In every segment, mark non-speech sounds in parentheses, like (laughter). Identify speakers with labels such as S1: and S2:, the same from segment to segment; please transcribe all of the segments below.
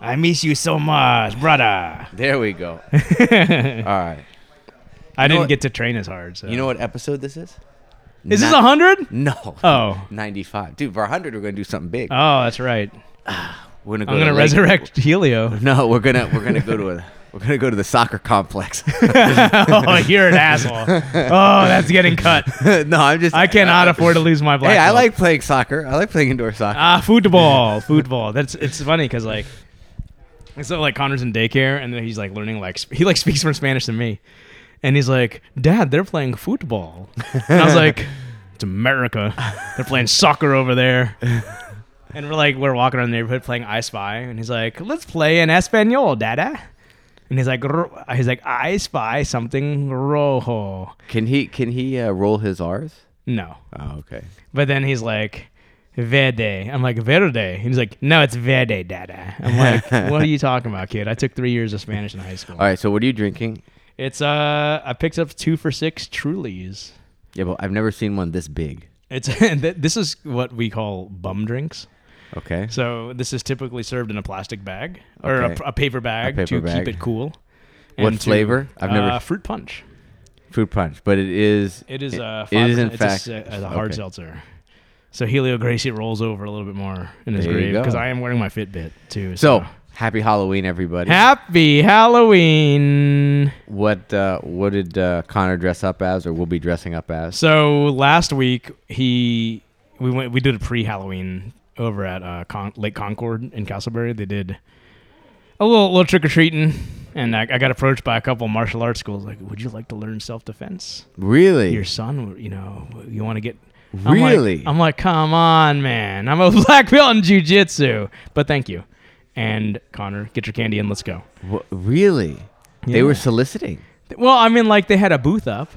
S1: I miss you so much, brother.
S2: There
S1: (laughs)
S2: we go. All right.
S1: I didn't
S2: what-
S1: get to train as hard. So.
S2: You know what episode this is?
S1: is this
S2: Ni-
S1: a hundred?
S2: No.
S1: Oh.
S2: 95. Dude, for 100 we're going to do something big.
S1: Oh, that's right.
S2: we're going to go
S1: I'm
S2: to
S1: gonna
S2: Lake-
S1: resurrect
S2: (laughs)
S1: Helio. (laughs)
S2: No, we're going to we're going to go to a we're going to go to the soccer complex. (laughs)
S1: oh, you're an asshole. Oh, that's getting cut.
S2: no, I'm just
S1: I
S2: (laughs)
S1: cannot afford to lose my black.
S2: Hey, I
S1: belt.
S2: like playing soccer. I like playing indoor soccer.
S1: ah football, football. That's it's funny because like. And so like Connor's in daycare, and then he's like learning like sp- he like speaks more Spanish than me, and he's like, "Dad, they're playing football," and I was like, "It's America. They're playing soccer over there." And we're like, we're walking around the neighborhood playing I Spy, and he's like, "Let's play in Espanol, Dada." And he's like, "Ro-" he's like, "I spy something rojo."
S2: Can he can he uh, roll his R's?
S1: No,
S2: Oh, okay.
S1: But then he's like, Verde. I'm like, Verde. And he's like, no, it's Verde, Dada. I'm like,
S2: (laughs)
S1: what are you talking about, kid? I took three years of Spanish in high school.
S2: All right. So what are you drinking?
S1: It's, uh, I picked up two for six Trulies.
S2: Yeah, but I've never seen one this big.
S1: It's, (laughs) th- this is what we call bum drinks.
S2: Okay.
S1: So this is typically served in a plastic bag or a,
S2: Okay.
S1: p- a paper bag
S2: paper
S1: to
S2: bag.
S1: keep it cool.
S2: What
S1: and to-
S2: flavor? I've never-
S1: uh, fruit punch.
S2: Fruit punch, but it is.
S1: It is. Uh,
S2: it is
S1: five-
S2: in
S1: it's a
S2: fact
S1: se- a, hard
S2: okay.
S1: seltzer. So Helio Gracie rolls over a little bit more in his
S2: There you
S1: grave
S2: go.
S1: because I am wearing my Fitbit too.
S2: So happy Halloween, everybody.
S1: Happy Halloween.
S2: what uh, what did uh, Connor dress up as, or will be dressing up as?
S1: So last week he we went we did a pre-Halloween over at uh, Con- Lake Concord in Castleberry. They did a little little trick or treating, and I, I got approached by a couple martial arts schools like, "Would you like to learn self-defense?
S2: Really?
S1: Your son, you know, you want to get." I'm like-
S2: really?
S1: I'm like, come on, man. I'm a (laughs) black belt in jujitsu. But thank you. And Connor, get your candy and let's go.
S2: Wha- really? They
S1: Yeah.
S2: were soliciting.
S1: Well, I mean, like, they had a booth up.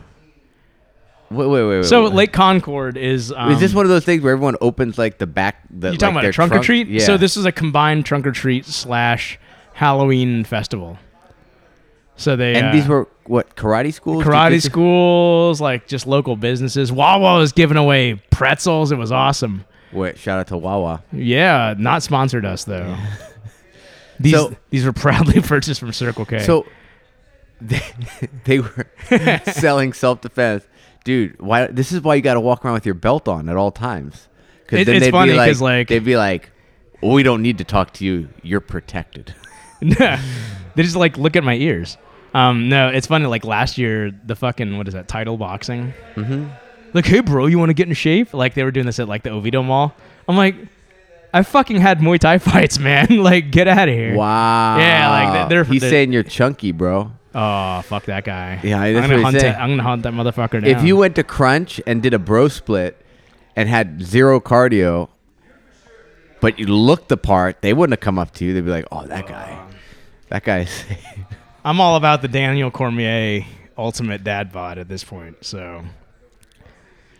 S2: Wait, wait, wait. wait
S1: So
S2: wait.
S1: Lake Concord is. Um,
S2: is this one of those things where everyone opens like the back? The,
S1: You're talking about
S2: like, their
S1: a trunk, or treat?
S2: Yeah.
S1: So this is a combined trunk or treat slash Halloween festival. So they
S2: And
S1: uh,
S2: these were what karate schools?
S1: karate
S2: jujitsu-
S1: schools, like just local businesses. Wawa was giving away pretzels. It was awesome.
S2: Wait, shout out to Wawa.
S1: Yeah, not sponsored us though.
S2: (laughs)
S1: These
S2: So-
S1: these were proudly (laughs) purchased from Circle K.
S2: So (laughs) they,
S1: (laughs)
S2: they were selling self defense, dude. Why? This is why you got to walk around with your belt on at all times.
S1: It- it's funny 'cause, like-
S2: they'd be like, well, "We don't need to talk to you. You're protected."
S1: they just like look at my ears. Um, no, it's funny. Like last year, the fucking what is that? Title boxing. Mm-hmm. Like, hey, bro, you want to get in shape? Like they were doing this at like the Oviedo Mall. I'm like, I fucking had Muay Thai (laughs) fights, man. like, get out of here.
S2: Wow.
S1: Yeah, like, they're-
S2: he's
S1: they're-
S2: saying you're chunky, bro.
S1: Oh, fuck that guy.
S2: Yeah,
S1: I'm
S2: that's
S1: gonna
S2: what he
S1: hunt
S2: said.
S1: that, I'm gonna hunt that motherfucker down.
S2: If you went to crunch and did a bro split and had zero cardio, but you looked the part, they wouldn't have come up to you. They'd be like, "Oh, that guy, that (laughs) guy's."
S1: I'm all about the Daniel Cormier ultimate dad bod at this point. So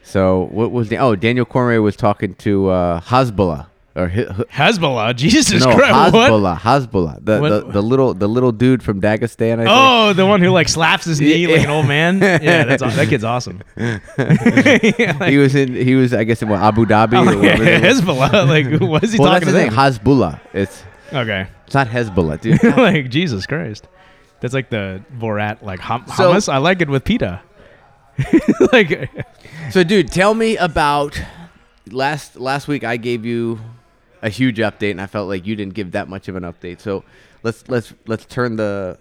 S2: So what was the? Oh, Daniel Cormier was talking to uh, Hezbollah or hi, hi-
S1: Hezbollah, (laughs) Jesus
S2: no
S1: Christ, what?
S2: Hezbollah, Hezbollah, the,
S1: What?
S2: the the little the little dude from Dagestan. I think. (laughs)
S1: Oh, the one who like slaps his knee like an old man. Yeah, that's aw- that kid's
S2: (laughs)
S1: awesome. (laughs) Yeah, like-
S2: he was in he was I guess in what, Abu Dhabi. or
S1: I'm like, (laughs)
S2: whatever it was.
S1: Oh, Hezbollah. Like, what is he
S2: well, that's
S1: talking
S2: the thing,
S1: about?
S2: Hezbollah. It's
S1: Okay. (laughs)
S2: it's not Hezbollah, dude.
S1: like, Jesus Christ. That's like the Borat, like hum-
S2: So-
S1: hummus. I like it with pita. (laughs) like,
S2: so, dude, tell me about last last week. I gave you a huge update, and I felt like you didn't give that much of an update. So let's let's let's turn the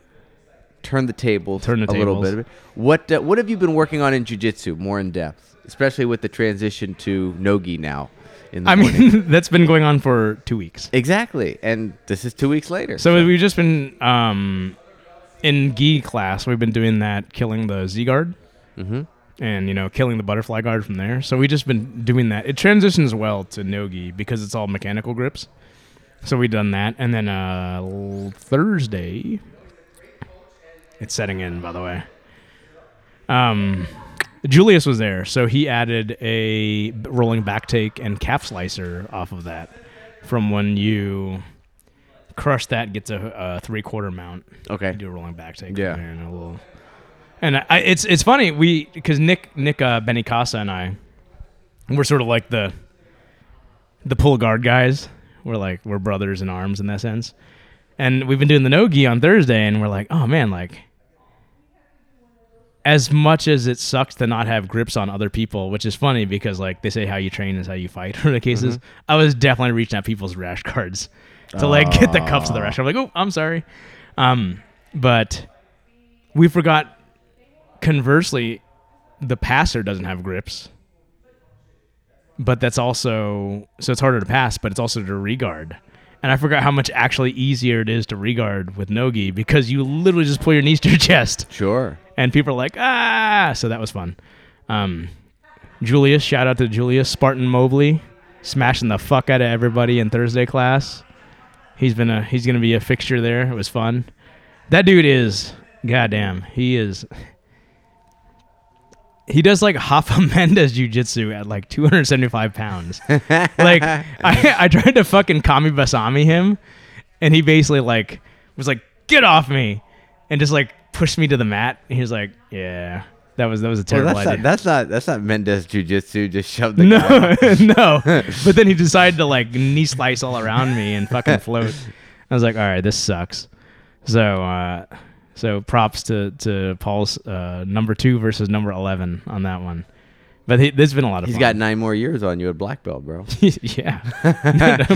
S2: turn the table
S1: Turn the
S2: a little
S1: tables.
S2: bit. What uh, what have you been working on in jujitsu more in depth, especially with the transition to nogi now? In the
S1: I
S2: morning?
S1: mean, (laughs) that's been going on for two weeks.
S2: exactly, and this is two weeks later.
S1: So we've just been um, in gi class. We've been doing that, killing the Z guard,
S2: Mm-hmm.
S1: and you know, killing the butterfly guard from there. So we just been doing that. It transitions well to no gi because it's all mechanical grips. So we done that, and then uh, l- Thursday, it's setting in. By the way, um, Julius was there, so he added a b- rolling back take and calf slicer off of that from when you crush that, gets a, a three quarter mount.
S2: okay,
S1: You do a rolling back take.
S2: Yeah.
S1: Yeah. And a little. And I, it's it's funny we because Nick Nick uh, Benicasa and I, we're sort of like the the pull guard guys. We're like we're brothers in arms in that sense. And we've been doing the no gi on Thursday, and we're like, oh man, like as much as it sucks to not have grips on other people, which is funny because like they say how you train is how you fight (laughs) or the cases. I was definitely reaching out people's rash cards to like get the cups of the rash. I'm like, oh, I'm sorry. Um, but we forgot. Conversely, the passer doesn't have grips, but that's also so it's harder to pass, but it's also to regard. And I forgot how much actually easier it is to regard with nogi because you literally just pull your knees to your (laughs) chest
S2: Sure.
S1: and people are like, ah, so that was fun. Um, Julius, shout out to Julius Spartan Mobley, smashing the fuck out of everybody in Thursday class. He's been a he's gonna be a fixture there. It was fun. That dude is goddamn. He is. He does like Hoffa (laughs) Mendez jiu-jitsu at like 275 pounds. like
S2: (laughs)
S1: I, I tried to fucking Kami Basami him, and he basically like was like, "Get off me," and just like pushed me to the mat. And he was like, "Yeah, that was that was a
S2: Well,
S1: terrible
S2: that's
S1: idea."
S2: not, that's not that's not Mendez jujitsu. Just shove the guy.
S1: (laughs) no, no.
S2: (laughs)
S1: But then he decided to like knee slice all around me and fucking float. I was like, "All right, this sucks." So, uh, so props to to Paul's uh, number two versus number eleven on that one. But he, this has been a lot of
S2: He's
S1: fun.
S2: got nine more years on you at black belt, bro.
S1: (laughs) yeah,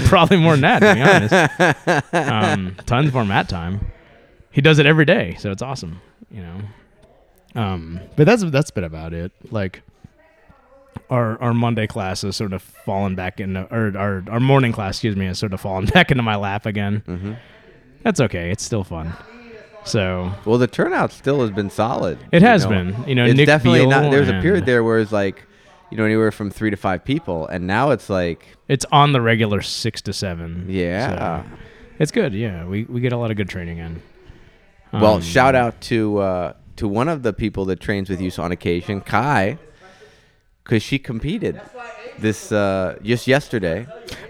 S1: probably more than that. To be honest, um, tons more mat time. He does it every day, so it's awesome. You know, um, but that's that's been about it. Like our our Monday class has sort of fallen back into, or our our morning class, excuse me, has sort of fallen (laughs) back into my lap again.
S2: Mm-hmm.
S1: That's okay. It's still fun. So
S2: Well, the turnout still has been solid.
S1: It
S2: you
S1: has
S2: know.
S1: been. You know,
S2: it's
S1: Nick
S2: definitely
S1: Beal
S2: not. There was a period
S1: and-
S2: there where it's like, you know, anywhere from three to five people, and now it's like,
S1: it's on the regular six to seven.
S2: yeah.
S1: So it's good. Yeah, we we get a lot of good training in.
S2: well,
S1: Um,
S2: shout out to uh, to one of the people that trains with you on occasion, Kai, because she competed this uh, just yesterday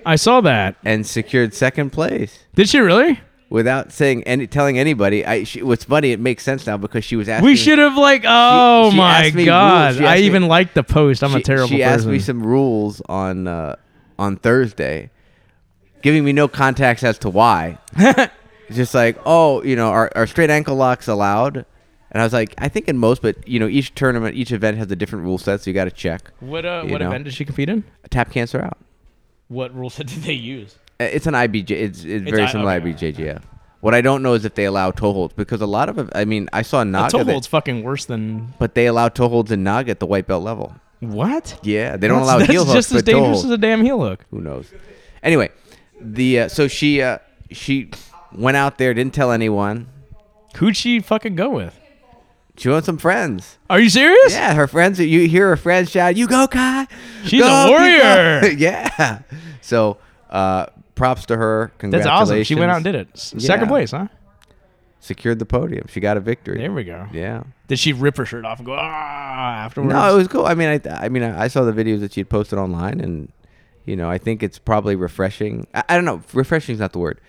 S1: I saw that.
S2: and secured second place.
S1: Did she really?
S2: Without saying any, telling anybody, I she, what's funny, it makes sense now because she was asking.
S1: We should have like. Oh
S2: she
S1: my
S2: asked me
S1: god!
S2: rules. She
S1: I
S2: asked
S1: even
S2: me-
S1: liked the post. I'm a
S2: she-
S1: terrible
S2: She
S1: person.
S2: asked me some rules on uh, on Thursday, giving me no context as
S1: (laughs)
S2: to why. It's Just like, oh, you know, are, are straight ankle locks allowed? And I was like, I think in most, but you know, each tournament, each event has a different rule set, so you got to check.
S1: what uh,
S2: you
S1: what
S2: know.
S1: event did she compete in?
S2: Tap cancer out.
S1: What rule set (laughs) did they use?
S2: Uh, It's an IBJ. It's, it's, very
S1: I-
S2: similar
S1: okay.
S2: to IBJJF. What I don't know is if they allow toe holds because a lot of, I mean, I saw
S1: A
S2: Naga,
S1: toe
S2: that-
S1: hold's fucking worse than
S2: but they allow toe holds in Naga at the white belt level.
S1: what?
S2: Yeah, they don't
S1: that's, (laughs)
S2: allow
S1: that's
S2: heel hooks,
S1: just as
S2: but toe
S1: dangerous
S2: holds.
S1: as a damn heel hook.
S2: who knows anyway the uh, so she uh, she went out there didn't tell anyone
S1: Who'd she fucking go with?
S2: she went with some friends
S1: Are you serious?
S2: yeah her friends you hear her friends shout you go kai
S1: She's
S2: Go,
S1: a
S2: you go!"
S1: warrior.
S2: (laughs) yeah so uh props to her congratulations
S1: That's awesome. She went out and did it. S- Second
S2: Yeah.
S1: place, huh?
S2: secured the podium she got a victory
S1: There we go.
S2: yeah
S1: Did she rip her shirt off and go ah afterwards?
S2: no it was cool i mean i i mean i saw the videos that she had posted online and you know i think it's probably refreshing i, I don't know refreshing is not the word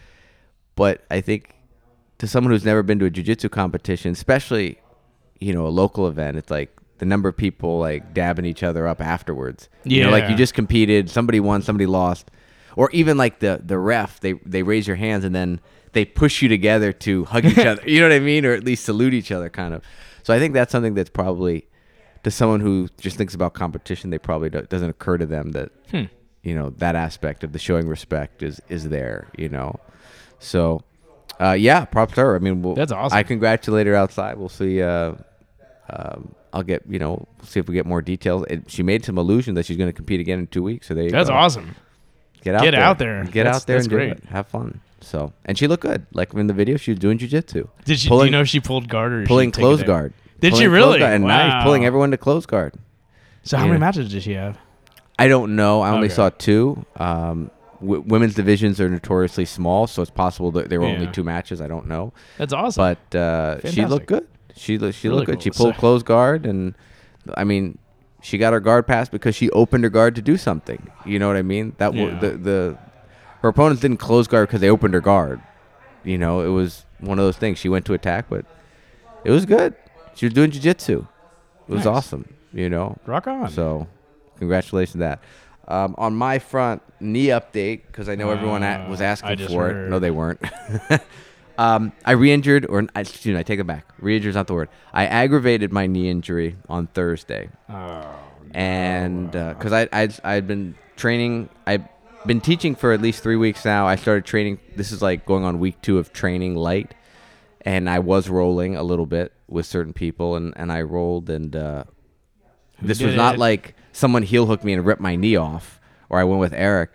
S2: but i think to someone who's never been to a jiu-jitsu competition especially you know a local event it's like the number of people like dabbing each other up afterwards you know like
S1: Yeah.
S2: you just competed somebody won somebody lost or even like the the ref they they raise your hands and then they push you together to hug
S1: (laughs)
S2: each other you know what i mean or at least salute each other kind of so i think that's something that's probably to someone who just thinks about competition they probably do, doesn't occur to them that
S1: Hmm.
S2: you know that aspect of the showing respect is is there you know so uh yeah props to her i mean we'll,
S1: That's awesome.
S2: i congratulate her outside we'll see uh um, I'll get you know see if we get more details. It, she made some allusion that she's going to compete again in two weeks. So there you
S1: That's
S2: go.
S1: awesome.
S2: Get out
S1: Get
S2: there.
S1: out there.
S2: Get
S1: That's-
S2: out there
S1: that's
S2: and do
S1: great.
S2: it. Have fun. So and she looked good. Like in the video, she was doing jujitsu.
S1: Did she? do
S2: Pulling-
S1: you know if she pulled guard or did she
S2: pulling
S1: take a
S2: close
S1: day?
S2: guard?
S1: Did she
S2: Pulling close
S1: really?
S2: guard, And now
S1: Wow.
S2: she's pulling everyone to close guard.
S1: So how many
S2: Yeah.
S1: matches did she have?
S2: I don't know. I only
S1: Okay.
S2: saw two. Um, w- women's divisions are notoriously small, so it's possible that there were only
S1: Yeah.
S2: two matches. I don't know,
S1: That's awesome.
S2: but uh, she
S1: Fantastic.
S2: looked good. She lo- she
S1: Really
S2: looked good. She
S1: cool. So-
S2: pulled close guard, and I mean, she got her guard passed because she opened her guard to do something. You know what I mean? That w-
S1: Yeah.
S2: the the her opponents didn't close guard because they opened her guard. You know, it was one of those things. She went to attack, but it was good. She was doing jujitsu. It
S1: Nice.
S2: was awesome. You know,
S1: Rock on.
S2: so, congratulations to that. Um, on my front, knee update, because I know everyone at, was
S1: Uh, I
S2: asking
S1: just
S2: for it.
S1: heard.
S2: No, they weren't. (laughs) um, I re injured, or I- excuse me, I take it back. Re injured is not the word. I aggravated my knee injury on Thursday
S1: Oh,
S2: and because I I I had been training, I've been teaching for at least three weeks now. I started training. This is like going on week two of training light, and I was rolling a little bit with certain people, and and I rolled, and uh, this
S1: did
S2: was not
S1: it?
S2: like someone heel hooked me and ripped my knee off, or I went with Eric.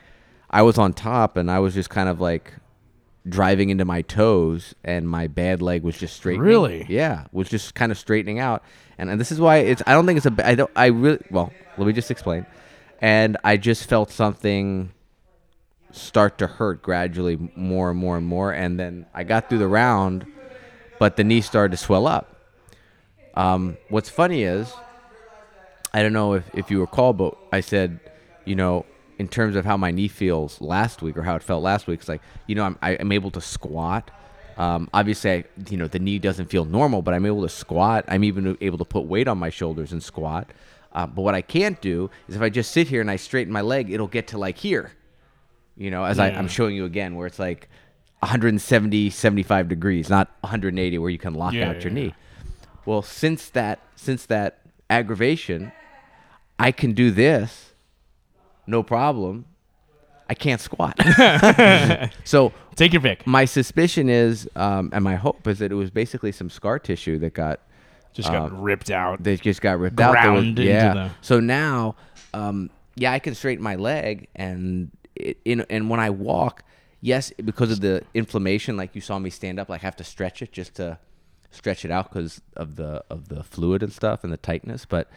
S2: I was on top, and I was just kind of like driving into my toes and my bad leg was just straightening.
S1: Really?
S2: Yeah, was just kind of straightening out. And, and this is why it's I don't think it's a ba- I don't I really well, let me just explain. And I just felt something start to hurt gradually more and more and more and then I got through the round but the knee started to swell up. Um, what's funny is I don't know if, if you recall, but I said, you know, in terms of how my knee feels last week or how it felt last week, it's like, you know, I'm, I, I'm able to squat. Um, obviously, I, you know, the knee doesn't feel normal, but I'm able to squat. I'm even able to put weight on my shoulders and squat. Uh, but what I can't do is if I just sit here and I straighten my leg, it'll get to like here, you know, as I,
S1: Yeah.
S2: I'm showing you again, where it's like 170, 75 degrees, not 180 where you can lock
S1: Yeah,
S2: out your
S1: yeah,
S2: knee. Well, since that, since that aggravation, I can do this, no problem. I can't
S1: (laughs)
S2: squat. so
S1: take your pick.
S2: my suspicion is, um, and my hope is that it was basically some scar tissue that got
S1: Just got
S2: Um,
S1: ripped out.
S2: that just got ripped out. There was-
S1: Ground into
S2: yeah.
S1: the-
S2: So now, um, yeah, I can straighten my leg, and it, in, and when I walk, yes, because of the inflammation, like you saw me stand up, like I have to stretch it just to stretch it out because of the of the fluid and stuff and the tightness, but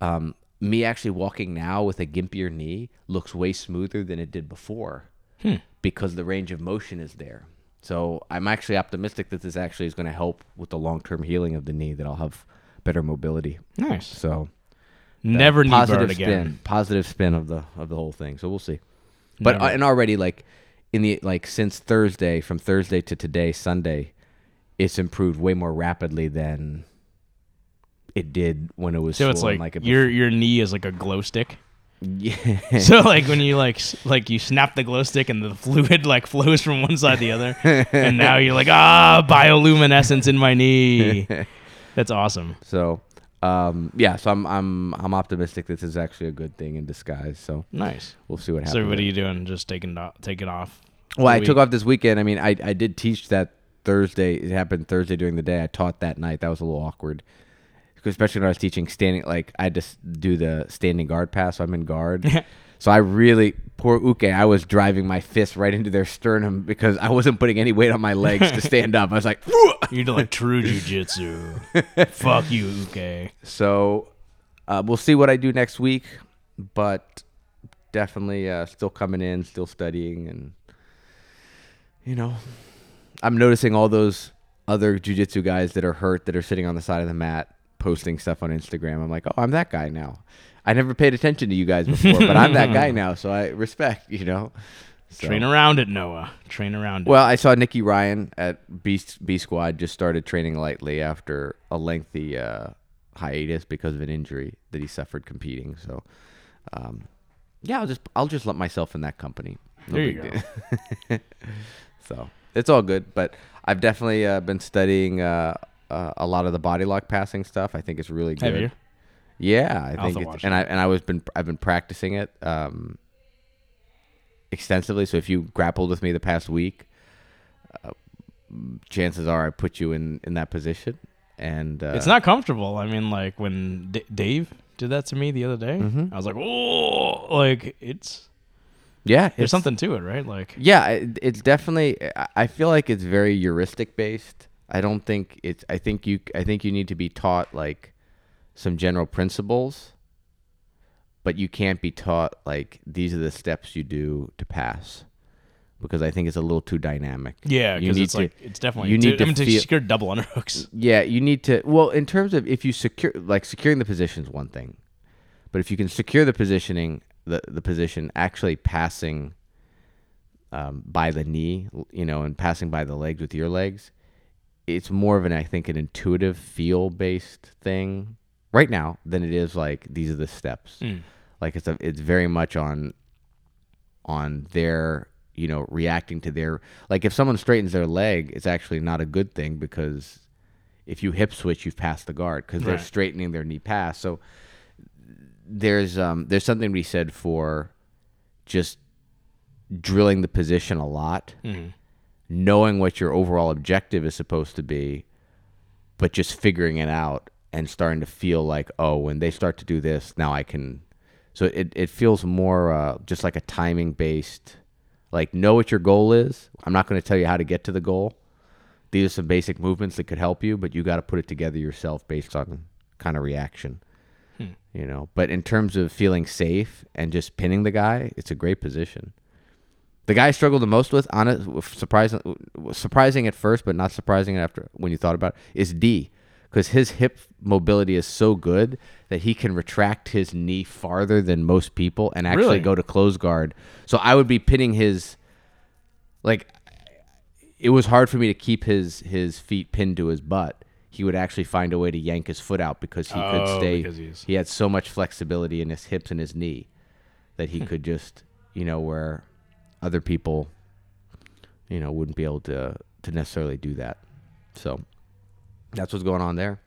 S2: um, me actually walking now with a gimpier knee looks way smoother than it did before
S1: Hmm.
S2: because the range of motion is there. So I'm actually optimistic that this actually is going to help with the long term healing of the knee, that I'll have better mobility.
S1: nice.
S2: So
S1: Never knee
S2: positive
S1: guard
S2: spin,
S1: again.
S2: positive spin of the of the whole thing. So we'll see. But uh, and already like in the like since Thursday, from Thursday to today, Sunday, it's improved way more rapidly than it did when it was
S1: So it's
S2: swollen
S1: like,
S2: it
S1: your your knee is like a glow stick.
S2: (laughs) Yeah.
S1: So like when you like s- like you snap the glow stick and the fluid like (laughs) flows from one side to the other, and now you're like ah bioluminescence in my
S2: (laughs)
S1: knee. That's awesome.
S2: So, um, yeah. So I'm I'm I'm optimistic this is actually a good thing in disguise. So
S1: Nice.
S2: we'll see what happens.
S1: So what are you doing? Just taking it off, take it off.
S2: well, I
S1: the
S2: took
S1: week?
S2: off this weekend. I mean, I I did teach that Thursday. It happened Thursday during the day. I taught that night. That was a little awkward. 'Cause Especially when I was teaching standing, like I just do the standing guard pass, so I'm in guard. so I really, poor Uke, I was driving my fist right into their sternum because I wasn't putting any weight on my legs to stand up. I was like,
S1: You're like
S2: (laughs)
S1: true jujitsu. Fuck you, Uke.
S2: So uh, we'll see what I do next week, but definitely uh, still coming in, still studying, and you know, I'm noticing all those other jujitsu guys that are hurt that are sitting on the side of the mat posting stuff on Instagram. I'm like, oh, I'm that guy now. I never paid attention to you guys before, but I'm that guy now, so I respect, you know. So-
S1: Train around it, Noah. Train around it.
S2: well, I saw Nikki Ryan at B B Squad just started training lightly after a lengthy uh, hiatus because of an injury that he suffered competing. So, um, yeah, I'll just I'll just lump myself in that company. No
S1: There
S2: big
S1: you
S2: deal. (laughs) so it's all good, but I've definitely uh, been studying uh, uh, a lot of the body lock passing stuff. I think it's really good.
S1: Have you?
S2: Yeah, I think,
S1: have to
S2: it's,
S1: watch
S2: and I and I was been I've been practicing it um, extensively. So if you grappled with me the past week, uh, chances are I put you in in that position. And uh,
S1: It's not comfortable. I mean, like when D- Dave did that to me the other day,
S2: Mm-hmm.
S1: I was like, oh, like it's
S2: yeah.
S1: there's
S2: It's,
S1: something to it, right? Like
S2: yeah, it, it's definitely. I- I feel like it's very heuristic based. I don't think it's. I think you. I think you need to be taught like some general principles, but you can't be taught like these are the steps you do to pass, because I think it's a little too dynamic.
S1: yeah,
S2: You
S1: because
S2: need
S1: it's
S2: to-
S1: like it's definitely
S2: you need
S1: dude, I
S2: to
S1: mean, to
S2: feel-
S1: secure double underhooks.
S2: Yeah, you need to. Well, in terms of if you secure, like securing the position is one thing, but if you can secure the positioning, the the position actually passing um, by the knee, you know, and passing by the legs with your legs, it's more of an I think an intuitive feel based thing right now than it is like these are the steps. Like it's a, it's very much on on their you know reacting to their like if someone straightens their leg, it's actually not a good thing because if you hip switch, you've passed the guard because they're
S1: Right.
S2: straightening their knee pass. So there's um there's something to be said for just drilling the position a lot,
S1: Mm-hmm.
S2: knowing what your overall objective is supposed to be, but just figuring it out and starting to feel like, oh, when they start to do this, now I can. So it, it feels more uh, just like a timing based, like know what your goal is. I'm not going to tell you how to get to the goal. These are some basic movements that could help you, but you got to put it together yourself based on kind of reaction. You know, but in terms of feeling safe and just pinning the guy, it's a great position. The guy I struggled the most with, honest, surprising, surprising at first, but not surprising after when you thought about it, is D, because his hip mobility is so good that he can retract his knee farther than most people and actually
S1: Really?
S2: go to close guard. So I would be pinning his, like, it was hard for me to keep his his feet pinned to his butt. He would actually find a way to yank his foot out because he could
S1: Oh,
S2: stay.
S1: because he's-
S2: He had so much flexibility in his hips and his knee that
S1: Hmm.
S2: he could just, you know, where other people, you know, wouldn't be able to to necessarily do that. So that's what's going on there.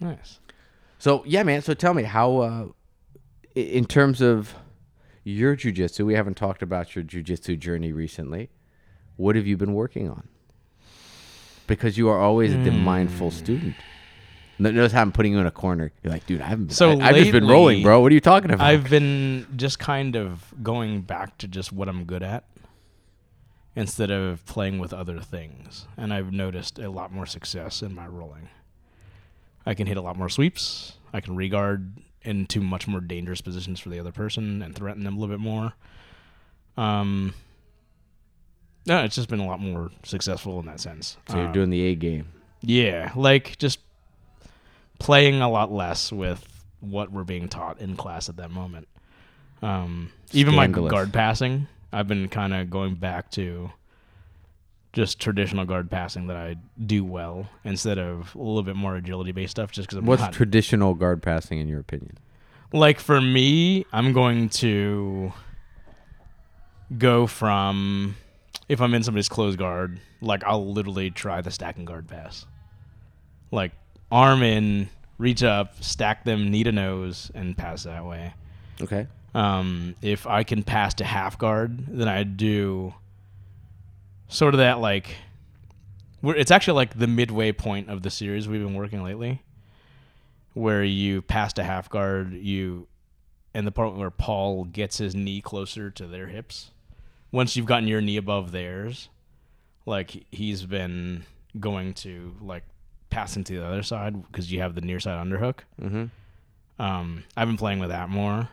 S1: Nice.
S2: So yeah, man. So tell me how, uh, i- in terms of your jujitsu, we haven't talked about your jujitsu journey recently. What have you been working on? Because you are always the
S1: Hmm.
S2: mindful student. No- Notice how I'm putting you in a corner. You're like, dude, I haven't.
S1: So
S2: I, have just been rolling,
S1: lately,
S2: bro. What are you talking about?
S1: I've been just kind of going back to just what I'm good at instead of playing with other things. And I've noticed a lot more success in my rolling. I can hit a lot more sweeps. I can regard into much more dangerous positions for the other person and threaten them a little bit more. Um, no, it's just been a lot more successful in that sense.
S2: so you're
S1: Um,
S2: doing the A game.
S1: yeah, like just playing a lot less with what we're being taught in class at that moment. Um, even my
S2: Scandalous.
S1: guard passing, I've been kind of going back to just traditional guard passing that I do well instead of a little bit more agility based stuff. Just because I'm
S2: What's
S1: not
S2: traditional guard passing in your opinion?
S1: like for me, I'm going to go from if I'm in somebody's close guard, like I'll literally try the stack and guard pass. Like arm in, reach up, stack them, need a nose, and pass that way.
S2: Okay.
S1: Um, if I can pass to half guard, then I do sort of that like we're, it's actually like the midway point of the series we've been working lately, where you pass to half guard, you and the part where Paul gets his knee closer to their hips. Once you've gotten your knee above theirs, like he's been going to like passing to the other side because you have the near side underhook
S2: Mm-hmm.
S1: um, I've been playing with that more,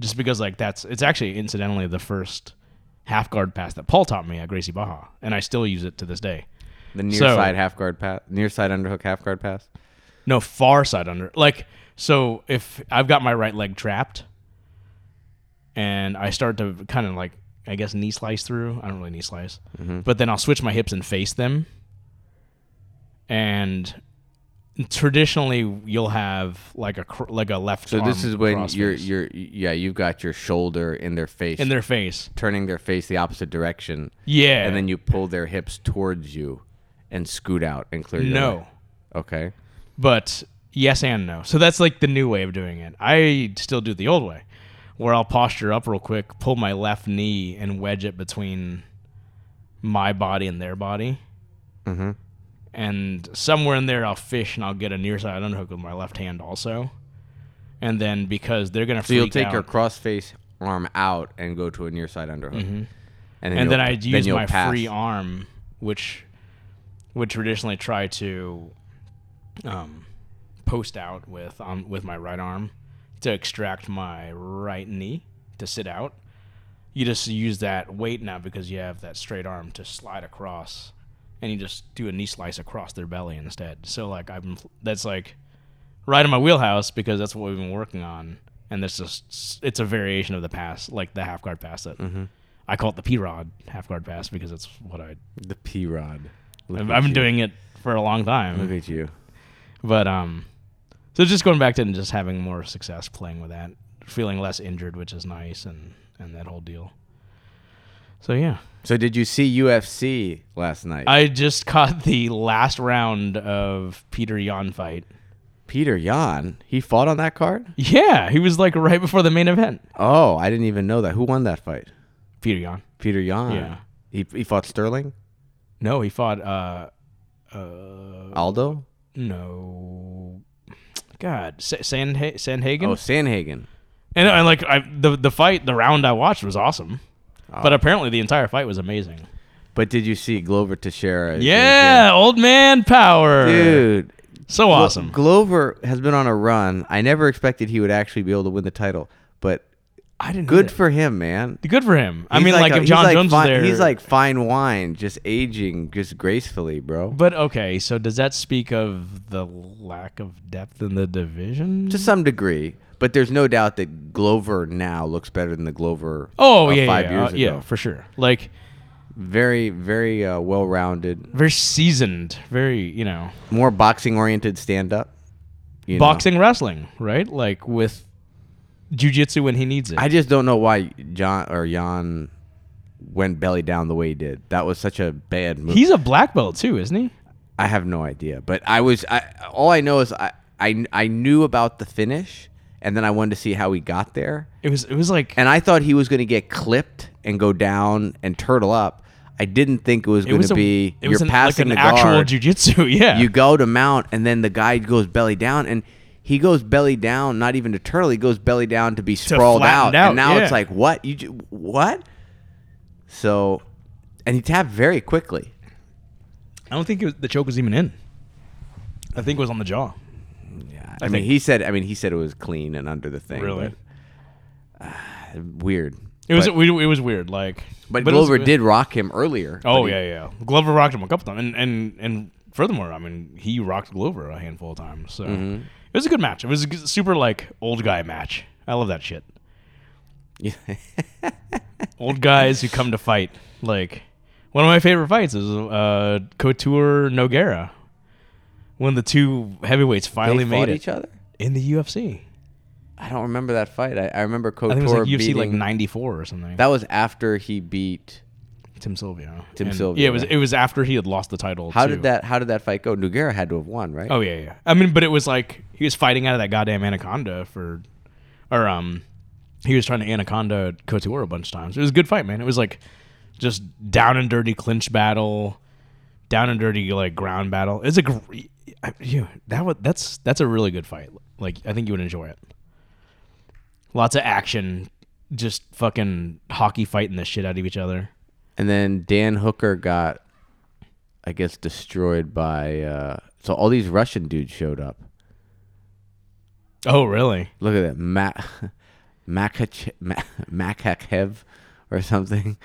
S1: just because like that's it's actually incidentally the first half guard pass that Paul taught me at Gracie Baja, and I still use it to this day.
S2: The near
S1: So-
S2: side half guard pass, near side underhook half guard pass.
S1: No far side under like so if I've got my right leg trapped, and I start to kind of like I guess knee slice through. I don't really knee slice,
S2: Mm-hmm.
S1: but then I'll switch my hips and face them, and. Traditionally, you'll have like a cr- like a left.
S2: So this
S1: arm
S2: is when
S1: cross
S2: you're
S1: face
S2: you're yeah you've got your shoulder in their face
S1: in their face.
S2: turning their face the opposite direction,
S1: Yeah,
S2: and then you pull their hips towards you and scoot out and clear your
S1: no.
S2: way. Okay.
S1: but yes and no. So that's like the new way of doing it. I still do the old way, where I'll posture up real quick, pull my left knee, and wedge it between my body and their body.
S2: Mhm.
S1: And somewhere in there, I'll fish and I'll get a near side unhook with my left hand also. And then because they're gonna,
S2: So you'll
S1: freak
S2: take
S1: out,
S2: your cross face arm out and go to a near side underhook. And then,
S1: Mm-hmm. and then
S2: you'll-
S1: I use
S2: you'll
S1: my
S2: pass.
S1: free arm, which would traditionally try to um, post out with um, with my right arm to extract my right knee to sit out. You just use that weight now because you have that straight arm to slide across, and you just do a knee slice across their belly instead. So like I've been, that's like right in my wheelhouse because that's what we've been working on, and that's just it's a variation of the pass, like the half guard pass that I call it the P Rod half guard pass because it's what I
S2: the P rod. Look
S1: I've,
S2: at
S1: I've been
S2: you.
S1: doing it for a long
S2: Look
S1: time.
S2: at you.
S1: But um, so just going back to it and just having more success playing with that feeling less injured, which is nice, and and that whole deal. So yeah,
S2: So did you see UFC last night?
S1: I just (laughs) caught the last round of Peter Yan fight.
S2: Peter Yan, he fought on that card?
S1: Yeah, he was like right before the main event.
S2: Oh, I didn't even know that. Who won that fight?
S1: Peter Yan.
S2: Peter Yan.
S1: Yeah.
S2: He, he fought Sterling?
S1: No, he fought. uh uh
S2: Aldo?
S1: No. God, Sa- Sandha- Sandhagen.
S2: Oh, Sanhagen.
S1: And, and like I, the the fight, the round I watched was awesome,
S2: Oh.
S1: but apparently the entire fight was amazing.
S2: But did you see Glover Teixeira?
S1: Yeah, old man power,
S2: Dude.
S1: so
S2: Glo-
S1: awesome.
S2: Glover has been on a run. I never expected he would actually be able to win the title, but
S1: I didn't.
S2: good for him, man.
S1: good for him. I
S2: He's
S1: mean, like,
S2: a-
S1: if
S2: he's
S1: John
S2: like
S1: Jones
S2: fine,
S1: was there,
S2: He's like fine wine, just aging just gracefully, bro.
S1: But okay, so does that speak of the lack of depth in the division?
S2: to some degree. But there's no doubt that Glover now looks better than the Glover.
S1: oh
S2: of
S1: yeah,
S2: five
S1: yeah,
S2: years
S1: uh, yeah,
S2: ago.
S1: for sure. Like
S2: Very, very uh, well-rounded,
S1: very seasoned, very you know
S2: more boxing-oriented stand-up. you know?
S1: boxing wrestling, right? Like with jujitsu when he needs it.
S2: I just don't know why John or Jan went belly down the way he did. That was such a bad move.
S1: He's a black belt too, isn't he?
S2: I have no idea, but I was I all I know is I I, I knew about the finish and then I wanted to see how he got there.
S1: It was it was like
S2: And I thought he was going to get clipped and go down and turtle up. I didn't think it was going to be
S1: it was
S2: you're
S1: an,
S2: passing
S1: like an
S2: the
S1: actual
S2: guard.
S1: jujitsu. (laughs) Yeah,
S2: you go to mount and then the guy goes belly down and he goes belly down not even to turtle he goes belly down to be sprawled out.
S1: flattened out,
S2: and now
S1: yeah.
S2: it's like what you ju- what so and he tapped very quickly
S1: I don't think it was, the choke was even in. I think it was on the jaw.
S2: yeah,
S1: I
S2: i, mean
S1: think-
S2: he said i mean he said it was clean and under the thing
S1: Really?
S2: but uh, weird
S1: It was
S2: but,
S1: we, it was weird. Like,
S2: but
S1: it was-
S2: glover did rock him earlier
S1: Oh
S2: but he- (laughs)
S1: yeah, yeah. Glover rocked him a couple times, and and and furthermore, I mean, he rocked Glover a handful of times. So
S2: Mm-hmm.
S1: it was a good match. It was a g- super like old guy match. I love that shit. old guys who come to fight. Like one of my favorite fights is uh, Couture Noguera when the two heavyweights
S2: they
S1: finally
S2: fought
S1: made it
S2: each other
S1: in the UFC.
S2: i don't remember that fight i, I remember
S1: I think it was
S2: Kotor
S1: like UFC like
S2: beating-
S1: '94 or something.
S2: that was after he beat
S1: Tim Sylvia.
S2: Tim
S1: And-
S2: Sylvia,
S1: Yeah, it was
S2: right.
S1: it was after he had lost the title.
S2: how
S1: too.
S2: did that how did that fight go Noguera had to have won right
S1: Oh yeah, yeah. I mean, but it was like he was fighting out of that goddamn anaconda for, or um, he was trying to anaconda Couture a bunch of times. It was a good fight, man. It was like just down and dirty clinch battle, down and dirty like ground battle. It's a gr- I- you that was that's that's a really good fight. Like I think you would enjoy it. Lots of action, just fucking hockey fighting the shit out of each other.
S2: And then Dan Hooker got, I guess, destroyed by. Uh, so all these Russian dudes showed up.
S1: Oh really?
S2: Look at that, Ma- Makach- Ma- Makachev or something.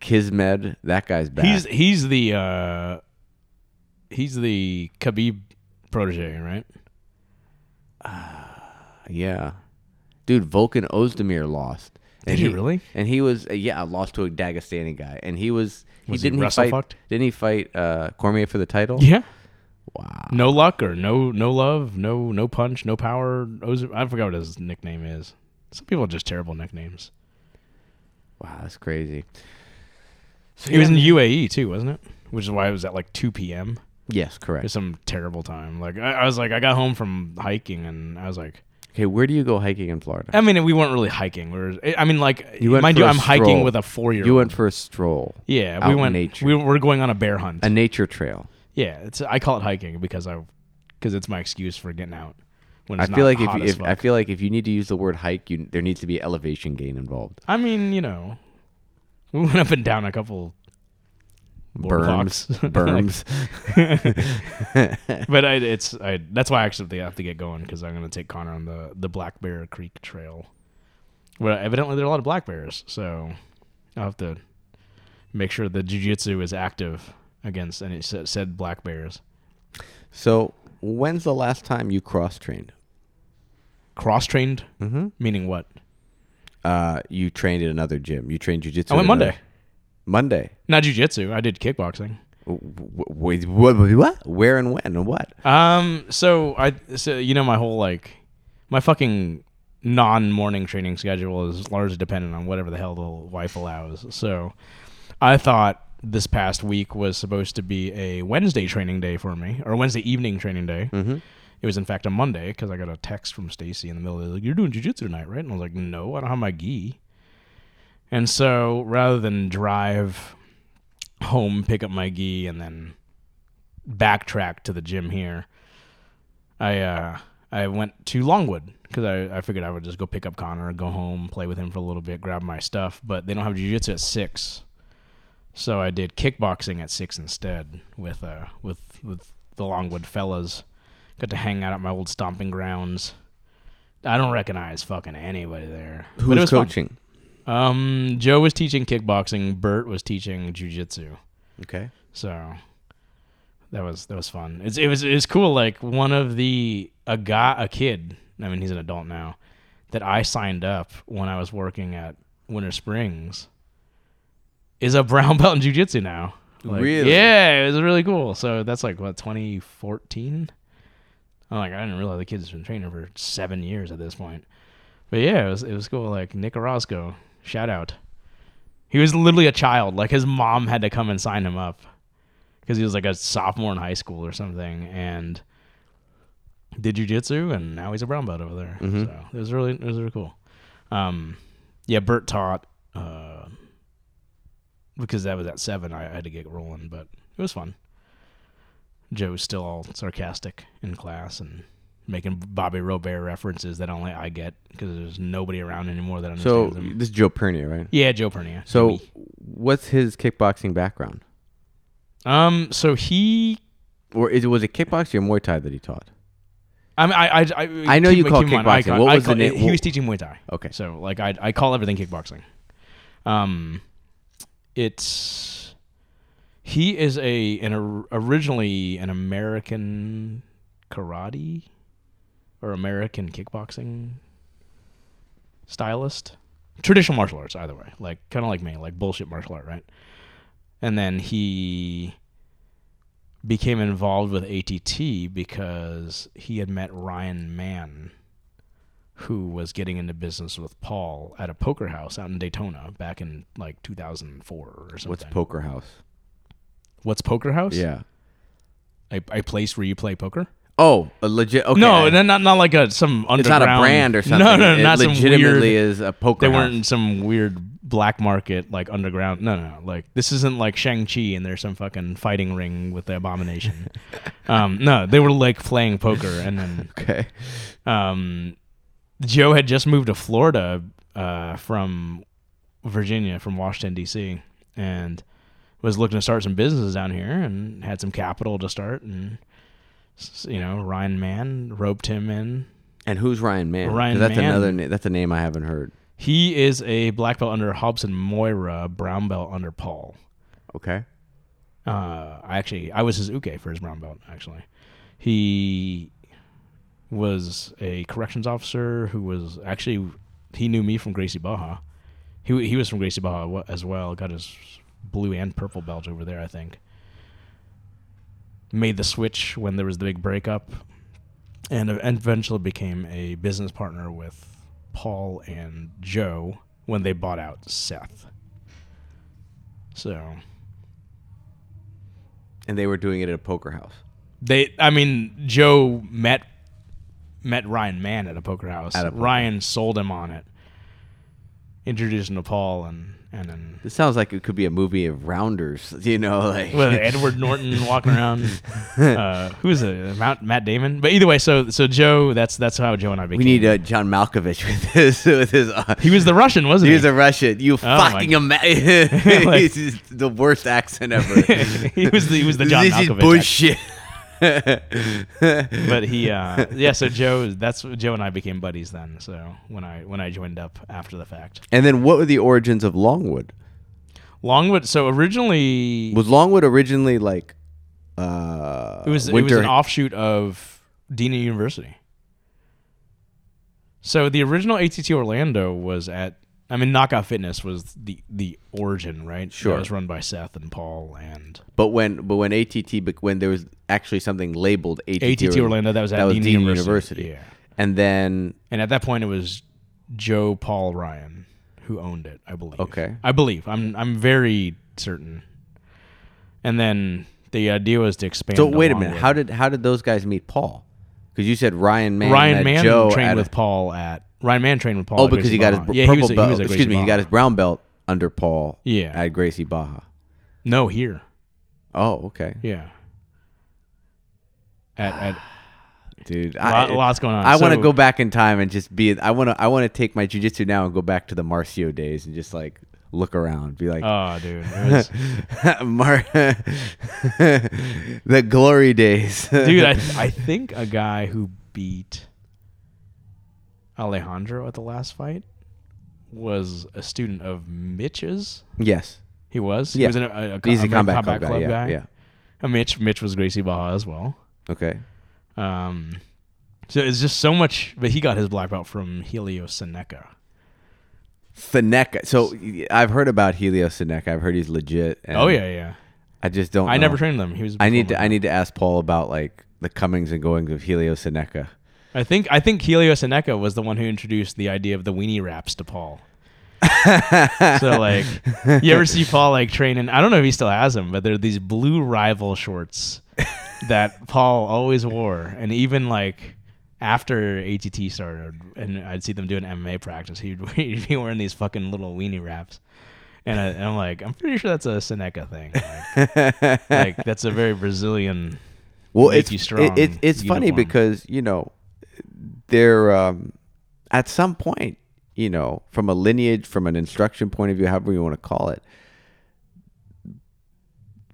S2: Kismed, that guy's back.
S1: He's he's the uh he's the Khabib protege, right?
S2: yeah, dude, Vulcan Ozdemir lost.
S1: Did he really?
S2: And he was uh, yeah, lost to a Dagestani guy, and he was he
S1: Was he
S2: didn't
S1: wrestle
S2: fight
S1: fucked?
S2: didn't he fight uh, Cormier for the title?
S1: Yeah.
S2: Wow,
S1: No luck or no no love, no no punch, no power. Oz- I forgot what his nickname is. Some people have just terrible nicknames.
S2: wow, that's crazy.
S1: He was in the UAE too, wasn't it? Which is why it was at like 2 p.m.
S2: Yes,
S1: It
S2: correct.
S1: was some terrible time. Like I, I was like, I got home from hiking and I was like,
S2: Okay, where do you go hiking in Florida?
S1: I mean, we weren't really hiking. We were, I mean, like
S2: You went
S1: mind
S2: for
S1: you,
S2: a
S1: I'm hiking
S2: stroll.
S1: with a four year
S2: You
S1: old.
S2: went for a stroll,
S1: Yeah,
S2: out
S1: we
S2: in
S1: went.
S2: nature.
S1: We were going on a bear hunt.
S2: a nature trail.
S1: Yeah, it's I call it hiking because I because it's my excuse for getting out. When
S2: I
S1: it's
S2: feel
S1: not
S2: like if,
S1: hot as
S2: if I
S1: fuck.
S2: feel like if you need to use the word hike, you, there needs to be elevation gain involved.
S1: I mean, you know, we went up and down a
S2: (laughs)
S1: couple
S2: Berms,
S1: boardwalks. (laughs)
S2: berms.
S1: but I, it's I. That's why I actually have to get going because I'm gonna take Connor on the the Black Bear Creek Trail. Well, evidently there are a lot of black bears, so I'll have to make sure the jujitsu is active against any sa- said black bears.
S2: so, when's the last time you cross trained?
S1: Cross trained, mm-hmm. meaning what?
S2: Uh, you trained at another gym. You trained jujitsu.
S1: I went
S2: at another-
S1: Monday.
S2: Monday.
S1: Not jujitsu. I did kickboxing.
S2: Wait, what, what? Where and when and what?
S1: Um. So I. So you know my whole like, my fucking non morning training schedule is largely dependent on whatever the hell the wife allows. So I thought this past week was supposed to be a Wednesday training day for me, or Wednesday evening training day.
S2: Mm-hmm.
S1: It was in fact a Monday because I got a text from Stacy in the middle of the like, "You're doing jujitsu tonight, right?" And I was like, "No, I don't have my gi." And so rather than drive home, pick up my gi, and then backtrack to the gym here, I uh, I went to Longwood because I, I figured I would just go pick up Connor, go home, play with him for a little bit, grab my stuff. But they don't have jujitsu at six, so I did kickboxing at six instead with uh with with the Longwood fellas. Got to hang out at my old stomping grounds. I don't recognize fucking anybody there. but it
S2: Who's
S1: was fun.
S2: coaching?
S1: Um, Joe was teaching kickboxing. Bert was teaching jujitsu.
S2: Okay.
S1: So that was that was fun. It's it was it's cool. Like one of the a guy a kid. I mean, he's an adult now. That I signed up when I was working at Winter Springs is a brown (laughs) belt in jujitsu now. Like,
S2: Really?
S1: Yeah, it was really cool. So that's like what 2014. I'm like I didn't realize the kid's been training for seven years at this point. But yeah, it was it was cool. Like Nick Orozco, shout out. He was literally a child. Like his mom had to come and sign him up because he was like a sophomore in high school or something, and did jujitsu, and now he's a brown belt over there.
S2: Mm-hmm.
S1: So it was really it was really cool. Um, yeah, Bert taught uh, because that was at seven. I, I had to get rolling, but it was fun. Joe was still all sarcastic in class and making Bobby Robert references that only I get because there's nobody around anymore that
S2: So
S1: understands them.
S2: this is Joe Pernia, right?
S1: Yeah, Joe Pernia.
S2: So what's his kickboxing background?
S1: um, so he
S2: Or is it was it kickboxing or Muay Thai that he taught?
S1: I mean, I, I,
S2: I know you
S1: keep-
S2: call
S1: keep in mind, I
S2: kickboxing. What was
S1: I call-
S2: the name-
S1: He
S2: what-
S1: was teaching Muay Thai.
S2: Okay.
S1: So like I, I call everything kickboxing. Um, it's he is a an or- originally an American karate or American kickboxing stylist, traditional martial arts either way, like kind of like me, like bullshit martial art, right? And then he became involved with ATT because he had met Ryan Mann, who was getting into business with Paul at a poker house out in Daytona back in like 2004 or something.
S2: What's Poker House?
S1: What's poker house?
S2: Yeah.
S1: a, a place where you play poker.
S2: Oh, a legit. Okay.
S1: No, no, not not like a some underground.
S2: it's not a brand or
S1: (laughs)
S2: something.
S1: No, no,
S2: it
S1: not some
S2: legitimately
S1: weird.
S2: is a poker.
S1: they
S2: house.
S1: weren't some weird black market like underground. No, no, no. Like this isn't like Shang Chi and there's some fucking fighting ring with the abomination. um, no, they were like playing poker and then
S2: Okay.
S1: um, Joe had just moved to Florida uh, from Virginia, from Washington D.C., and was looking to start some businesses down here, and had some capital to start. And s- you know, Ryan Mann roped him in.
S2: And who's Ryan Mann? 'Cause
S1: Ryan
S2: that's
S1: Mann.
S2: another. Na- that's a name I haven't heard.
S1: He is a black belt under Hobson Moira, brown belt under Paul.
S2: Okay.
S1: uh, I actually I was his uke for his brown belt. Actually, he was a corrections officer who was actually he knew me from Gracie Baja. He he was from Gracie Baja wa- as well. Got his blue and purple belt over there, I think. Made the switch when there was the big breakup, and and eventually became a business partner with Paul and Joe when they bought out Seth. So
S2: And they were doing it at a poker house.
S1: They, I mean, Joe met met Ryan Mann at a poker house.
S2: At a poker-
S1: Ryan sold him on it, introduced him to Paul, and and then
S2: This sounds like it could be a movie of rounders. (laughs) You know,
S1: (laughs)
S2: like
S1: (laughs) with Edward Norton walking around. (laughs) Uh, who is it? Matt, Matt Damon. But either way, so so Joe, that's that's how Joe and I became.
S2: we need uh, John Malkovich with his (laughs) with his. Uh,
S1: he was the Russian, wasn't
S2: he
S1: he?
S2: was a Russian. You
S1: my
S2: fucking imagine.
S1: (laughs)
S2: (laughs)
S1: Like-
S2: the worst accent ever.
S1: he was the (laughs) he was the John
S2: this is
S1: Malkovich.
S2: bullshit.
S1: but he uh yeah so Joe that's Joe and I became buddies then so when I when I joined up after the fact
S2: (laughs) And then what were the origins of Longwood?
S1: Longwood so originally
S2: Was Longwood originally like uh
S1: It was it
S2: winter
S1: was an offshoot of Dina University. So the original ATT Orlando was at I mean Knockout Fitness was the the origin, right?
S2: Sure.
S1: It was run by Seth and Paul and
S2: but when but when ATT bec- when there was actually something labeled ATT,
S1: ATT Orlando that was at
S2: that was
S1: Dean
S2: Dean
S1: University.
S2: University.
S1: Yeah.
S2: and then
S1: And at that point it was Joe Paul Ryan who owned it, I believe.
S2: Okay.
S1: I believe. I'm I'm very certain. And then the idea was to expand.
S2: So wait a
S1: along
S2: minute.
S1: with-
S2: How did how did those guys meet Paul? Because you said Ryan Mann.
S1: Ryan
S2: met
S1: Mann
S2: Joe
S1: trained
S2: at a-
S1: with Paul at Ryan Mann trained with Paul.
S2: Oh,
S1: at
S2: because he
S1: Gracie
S2: got his
S1: Baja.
S2: br-
S1: yeah, he
S2: purple
S1: was a- he
S2: belt.
S1: was at
S2: Excuse
S1: Gracie
S2: me, he got
S1: Baja.
S2: his brown belt under Paul.
S1: Yeah.
S2: At Gracie Baja.
S1: no here.
S2: Oh, okay,
S1: Yeah. At at
S2: dude.
S1: lot, lots going on.
S2: I want to
S1: So-
S2: go back in time and just be. I want to. I want to take my jujitsu now and go back to the Marcio days and just like look around, be like,
S1: Oh, dude. It
S2: (laughs)
S1: was-
S2: Mar- (laughs) the glory days, (laughs)
S1: dude, I I think a guy who beat Alejandro at the last fight was a student of Mitch's.
S2: yes,
S1: He was. He
S2: Yeah.
S1: was an, a, a, co-
S2: easy
S1: American
S2: combat,
S1: Combat
S2: club,
S1: Club
S2: guy.
S1: guy.
S2: Yeah,
S1: Uh, Mitch Mitch was Gracie Baja as well.
S2: yeah. Okay.
S1: Um, so it's just so much. But he got his black belt from Helio Seneca.
S2: Seneca. So y- I've heard about Helio Seneca. I've heard he's legit. And
S1: Oh yeah, yeah.
S2: I just don't.
S1: I
S2: know.
S1: never trained them. He was.
S2: I need to.
S1: before
S2: I need to ask Paul about like the comings and goings of Helio Seneca.
S1: my- I think I think Helio Seneca was the one who introduced the idea of the weenie wraps to
S2: (laughs)
S1: Paul. so like, you ever see Paul like training? I don't know if he still has them, but they're these blue rival
S2: (laughs)
S1: shorts that Paul always wore, and even like. After ATT started, and I'd see them doing MMA practice, he'd, (laughs) he'd be wearing these fucking little weenie wraps, and, I, and I'm like, I'm pretty sure that's a Seneca thing.
S2: (laughs)
S1: Like, like that's a very Brazilian
S2: Well,
S1: Make
S2: it's
S1: you strong
S2: it- it- it's funny
S1: uniform.
S2: because you know they're um, at some point you know from a lineage, from an instruction point of view, however you want to call it,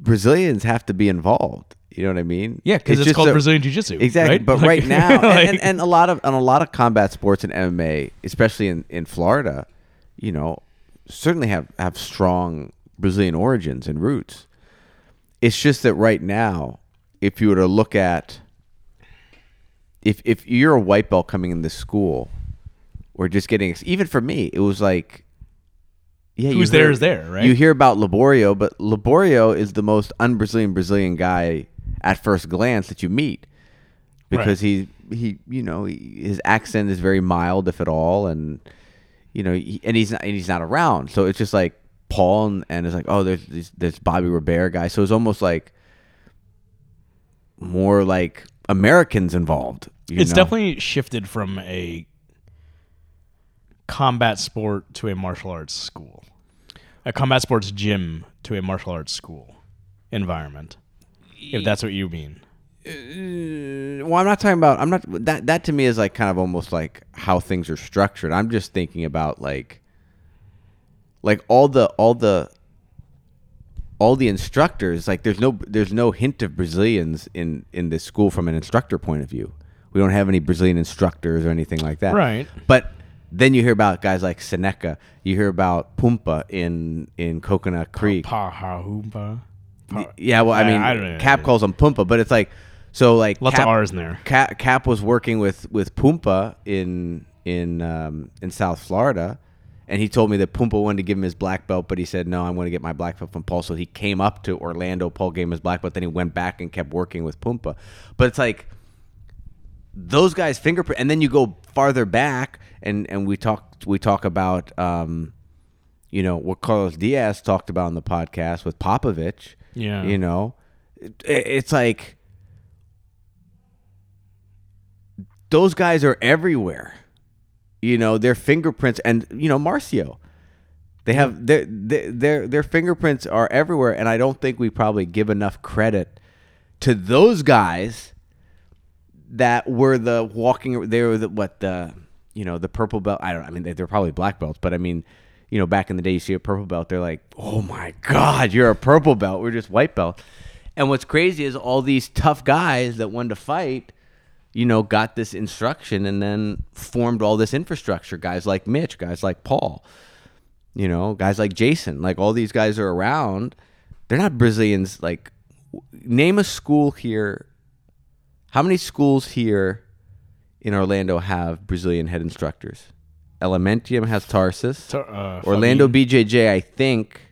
S2: Brazilians have to be involved. You know what I mean?
S1: Yeah, because it's,
S2: just
S1: called
S2: a-
S1: Brazilian Jiu Jitsu.
S2: Exactly,
S1: right?
S2: but
S1: Like- (laughs)
S2: right now, and-
S1: like-
S2: and, and a lot of and a lot of combat sports and MMA, especially in, in Florida, you know, certainly have have strong Brazilian origins and roots. It's just that right now, if you were to look at, if if you're a white belt coming into school, or just getting even for me, it was like, yeah, you
S1: Who's there
S2: heard-
S1: is there, right?
S2: You hear about Laborio, but Laborio is the most un-Brazilian Brazilian guy at first glance that you meet because he he you know he, his accent is very mild if at all and you know he, and he's not and he's not around so it's just like Paul and, and it's like oh there's this, there's Bobby Robert guy so it's almost like more like Americans involved you
S1: it's
S2: know?
S1: definitely shifted from a combat sport to a martial arts school, a combat sports gym to a martial arts school environment. If that's what you mean,
S2: well I'm not talking about I'm not that that to me is like kind of almost like how things are structured I'm just thinking about like like all the all the all the instructors like there's no there's no hint of brazilians in in this school from an instructor point of view we don't have any brazilian instructors or anything like that
S1: Right.
S2: but then you hear about guys like seneca you hear about pumpa in in coconut creek
S1: Pahahumpa. Pa-
S2: yeah well i mean
S1: Oh, I don't know.
S2: cap calls him pumpa but it's like so like
S1: Lots
S2: cap,
S1: of R's in there.
S2: Cap, Cap was working with with Pumpa in in um, in South Florida, and he told me that Pumpa wanted to give him his black belt, but he said no, I want to get my black belt from Paul. So he came up to Orlando, Paul gave him his black belt, then he went back and kept working with Pumpa. But it's like those guys fingerprint, and then you go farther back, and and we talk we talk about. Um, you know what Carlos Diaz talked about on the podcast with Popovich.
S1: Yeah.
S2: you know, It- it's like those guys are everywhere. You know, their fingerprints and you know Marcio. They have their their their, their fingerprints are everywhere and I don't think we probably give enough credit to those guys that were the walking they were the what the you know the purple belt I don't I mean they, they're probably black belts but I mean you know back in the day you see a purple belt they're like oh my god you're a purple belt we're just white belt and what's crazy is all these tough guys that wanted to fight you know, got this instruction and then formed all this infrastructure. Guys like Mitch, guys like Paul, you know, guys like Jason, like all these guys are around. They're not Brazilians. Like, w- name a school here. How many schools here in Orlando have Brazilian head instructors? Elementium has Tarsus.
S1: Tar- uh,
S2: Orlando BJJ, I think,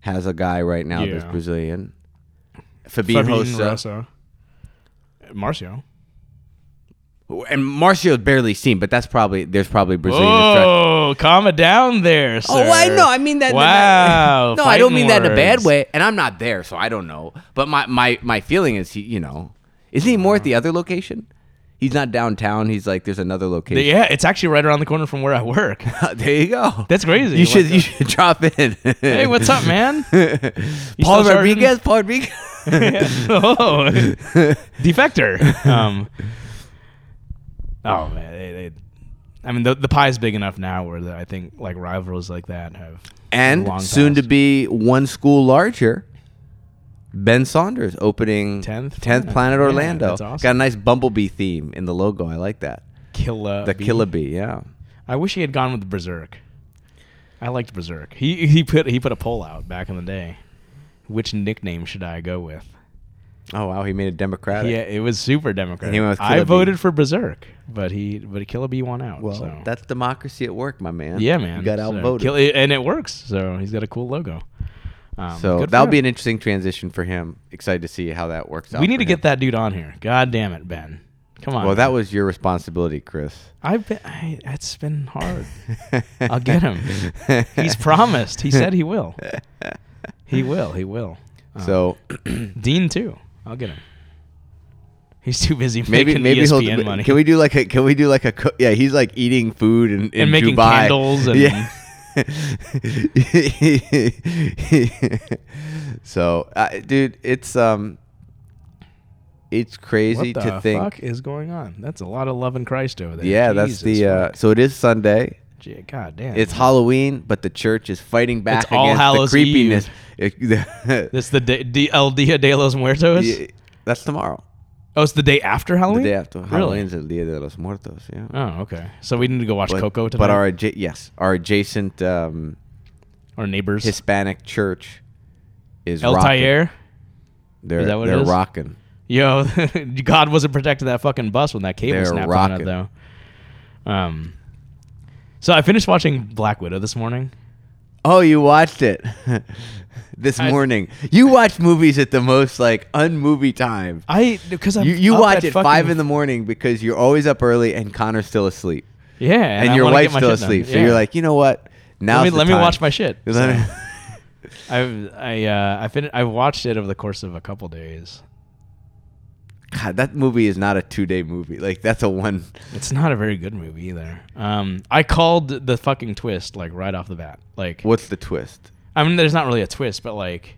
S2: has a guy right now that's
S1: Yeah.
S2: Brazilian.
S1: Fabian
S2: Fabian
S1: Fabian
S2: Hossa.
S1: Rosso. Marcio.
S2: and Marcio's barely seen, but that's probably there's probably Brazilian. instruct-
S1: Oh, calm it down there, sir.
S2: Oh, I know. I mean that.
S1: Wow.
S2: (laughs) no, I don't mean that in a bad
S1: fighting
S2: way. And I'm not there, so I don't know. But my my my feeling is he, you know, isn't he more at the other location? He's not downtown. He's like there's another
S1: words.
S2: location.
S1: Yeah, it's actually right around the corner from where I work. (laughs)
S2: (laughs) there you go.
S1: That's crazy.
S2: you should
S1: Like,
S2: you should drop in.
S1: (laughs) Hey, what's
S2: (laughs)
S1: up, man? You
S2: Paul
S1: still charging? (laughs)
S2: Rodriguez? Paul Rodriguez. (laughs)
S1: oh, defector. Um, oh man, they, they, I mean the the pie's big enough now where the, I think like rivals like that have
S2: and
S1: long
S2: soon to
S1: past.
S2: be one school larger. Ben Saunders opening
S1: 10th Planet.
S2: Planet
S1: Yeah,
S2: Orlando.
S1: that's awesome.
S2: Got a nice bumblebee theme in the logo. I like that.
S1: kill a
S2: The
S1: bee.
S2: killer bee, yeah.
S1: I wish he had gone with Berserk. I liked Berserk. He he put he put a poll out back in the day. Which nickname should I go with?
S2: Oh wow, he made it democratic.
S1: Yeah, it was super Democrat.
S2: He went with
S1: I
S2: Killer Bee.
S1: voted for Berserk, but he but Killaby won out.
S2: Well,
S1: so.
S2: that's democracy at work, my man.
S1: yeah, man,
S2: You got
S1: So,
S2: outvoted.
S1: Kill- and it works. So he's got a cool logo. Um,
S2: so
S1: good for
S2: that'll
S1: him.
S2: be an interesting transition for him. Excited to see how that works out.
S1: We need
S2: for
S1: to
S2: him.
S1: get that dude on here. God damn it, Ben. Come on.
S2: Well, that was your responsibility, Chris.
S1: I've been. I, it's been
S2: (laughs)
S1: hard. (laughs) I'll get him. He's promised. He said he
S2: (laughs)
S1: will. He will. He will. Um,
S2: so (clears throat)
S1: Dean too. I'll get him. He's too busy
S2: maybe
S1: making E
S2: maybe
S1: ESPN
S2: he'll
S1: money.
S2: can we do like a can we do like a co- yeah he's like eating food and, in
S1: and making
S2: Dubai. (laughs)
S1: candles and
S2: yeah. so, uh, dude, it's um, it's crazy
S1: what the
S2: to think.
S1: fuck is going on? That's a lot of love in Christ over there.
S2: Yeah, that's
S1: Jesus
S2: the uh,
S1: fuck.
S2: so it is Sunday.
S1: Gee, God damn.
S2: It's Halloween, but the church is fighting back
S1: All
S2: against
S1: Hallows
S2: the creepiness. It- (laughs)
S1: this the day, D- El Dia de los Muertos.
S2: Yeah, that's tomorrow.
S1: Oh, it's the day after
S2: The
S1: Halloween.
S2: day after
S1: Really?
S2: Halloween's el Dia de los Muertos. Yeah.
S1: Oh, okay. So we need to go watch
S2: But,
S1: Coco tonight.
S2: but our adja- yes, our adjacent um,
S1: Our neighbors.
S2: Hispanic church is
S1: El
S2: rocking.
S1: Taller.
S2: They're,
S1: that what it
S2: they're
S1: is?
S2: rocking.
S1: Yo, (laughs) God wasn't protecting that fucking bus when that cable
S2: They're
S1: snapped
S2: rocking.
S1: on it, though. Um, so I finished watching Black Widow this morning.
S2: Oh, you watched it (laughs) this
S1: I-
S2: morning. You watch movies at the most like unmovie time.
S1: I because I
S2: You you watch at five in the morning because you're always up early and Connor's still asleep
S1: yeah,
S2: and,
S1: I
S2: your
S1: wanna get
S2: wife's
S1: my
S2: still
S1: shit done.
S2: asleep. So
S1: Yeah.
S2: you're like, you know what? Now
S1: let me let me watch my shit.
S2: Let me-
S1: (laughs) I I uh, I fin- I watched it over the course of a couple days.
S2: (laughs) God, that movie is not a two day movie. Like that's a one.
S1: It's not a very good movie either. Um, I called the fucking twist like right off the bat. Like
S2: What's the twist?
S1: I mean, there's not really a twist, but like,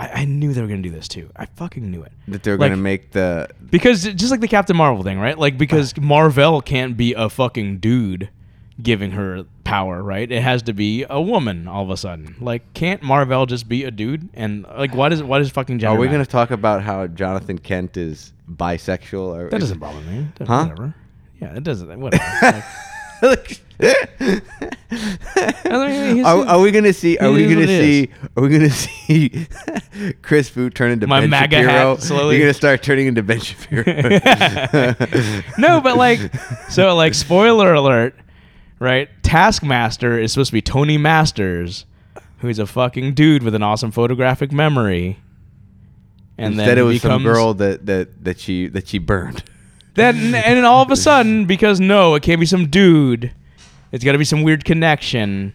S1: I, I knew they were gonna do this too. I fucking knew it.
S2: That they're
S1: Like-
S2: gonna make the
S1: Because just like the Captain Marvel thing, right? Like because Marvel can't be a fucking dude giving her power, right? It has to be a woman all of a sudden. Like can't Marvel just be a dude? And like why does why does fucking gender
S2: Are we
S1: matter?
S2: gonna talk about how Jonathan Kent is bisexual or (laughs)
S1: That doesn't bother me. That-
S2: Huh?
S1: Whatever. Yeah, it doesn't
S2: (laughs)
S1: whatever. Like, (laughs) I mean, he's-
S2: are, are we gonna see? Are
S1: it
S2: we
S1: is
S2: gonna
S1: what it
S2: see? Are we gonna (laughs) see Chris Fu turn into
S1: My
S2: Ben
S1: MAGA hat
S2: Shapiro?
S1: slowly-
S2: You're gonna start turning into
S1: (laughs)
S2: Ben Shapiro. (laughs)
S1: no, but like, so like, spoiler alert, right? Taskmaster is supposed to be Tony Masters, who's a fucking dude with an awesome photographic memory. And
S2: Instead,
S1: then
S2: it
S1: he
S2: was some
S1: becomes-
S2: girl that, that that she that she burned. (laughs)
S1: Then and then all of a sudden, because no, it can't be some dude. It's got to be some weird connection.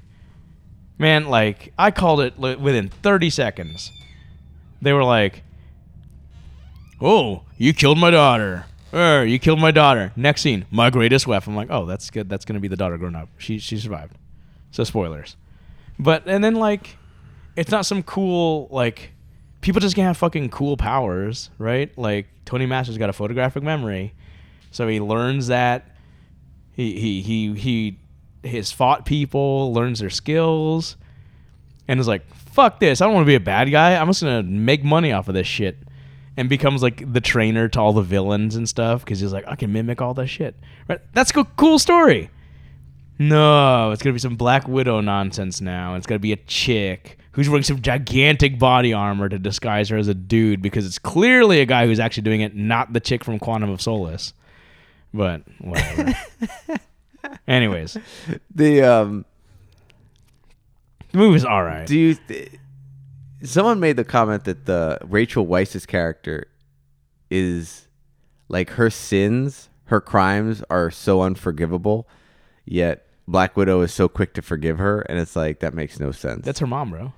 S1: Man, like I called it li- within 30 seconds. They were like, "Oh, you killed my daughter." Er, you killed my daughter. Next scene, my greatest weapon. I'm like, oh, that's good. That's gonna be the daughter grown up. She she survived. So spoilers, but and then like, it's not some cool like, people just can have fucking cool powers, right? Like Tony Masters got a photographic memory, so he learns that he he he he has fought people, learns their skills, and is like, fuck this, I don't want to be a bad guy. I'm just gonna make money off of this shit. And becomes like the trainer to all the villains and stuff because he's like, I can mimic all that shit. Right? That's a cool story. No, it's gonna be some Black Widow nonsense now. It's gonna be a chick who's wearing some gigantic body armor to disguise her as a dude because it's clearly a guy who's actually doing it, not the chick from Quantum of Solace. But whatever. Anyways,
S2: The um,
S1: the movie's all right.
S2: do you? Th- someone made the comment that the Rachel Weisz's character is like her sins, her crimes are so unforgivable, yet Black Widow is so quick to forgive her, and it's like that makes no sense.
S1: That's her mom, bro.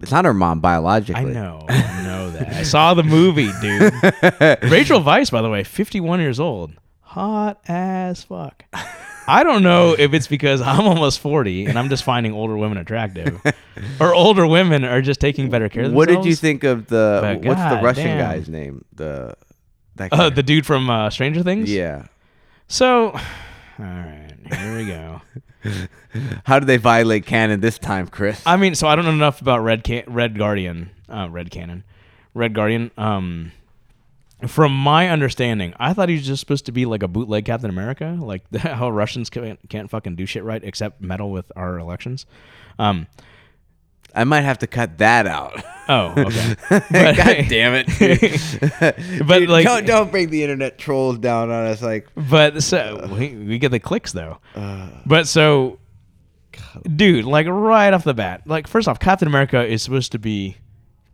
S2: it's not her mom biologically.
S1: I know. I know that. I saw the movie, dude. Rachel Weisz, by the way, 51 years old. Hot as fuck. I don't know if it's because I'm almost 40 and I'm just finding older women attractive or older women are just taking better care of
S2: What
S1: themselves.
S2: did you think of the
S1: But
S2: what's the
S1: God
S2: Russian
S1: damn.
S2: guy's name? The that
S1: Uh,
S2: guy.
S1: the dude from uh, Stranger Things?
S2: yeah.
S1: So, (sighs) all right, here we go.
S2: How did they violate canon this time, Chris?
S1: I mean, so I don't know enough about Red Can- Red Guardian, uh, Red Cannon, Red Guardian. Um, from my understanding, I thought he was just supposed to be like a bootleg Captain America, like (laughs) how Russians can't, can't fucking do shit right except meddle with our elections. Um,
S2: I might have to cut that out.
S1: oh, okay. But-
S2: (laughs) God damn it! dude.
S1: (laughs) But, (laughs)
S2: Dude,
S1: like-
S2: don't don't bring the internet trolls down on us. Like,
S1: But so we, we get the clicks though. but so, dude, like right off the bat, like first off, Captain America is supposed to be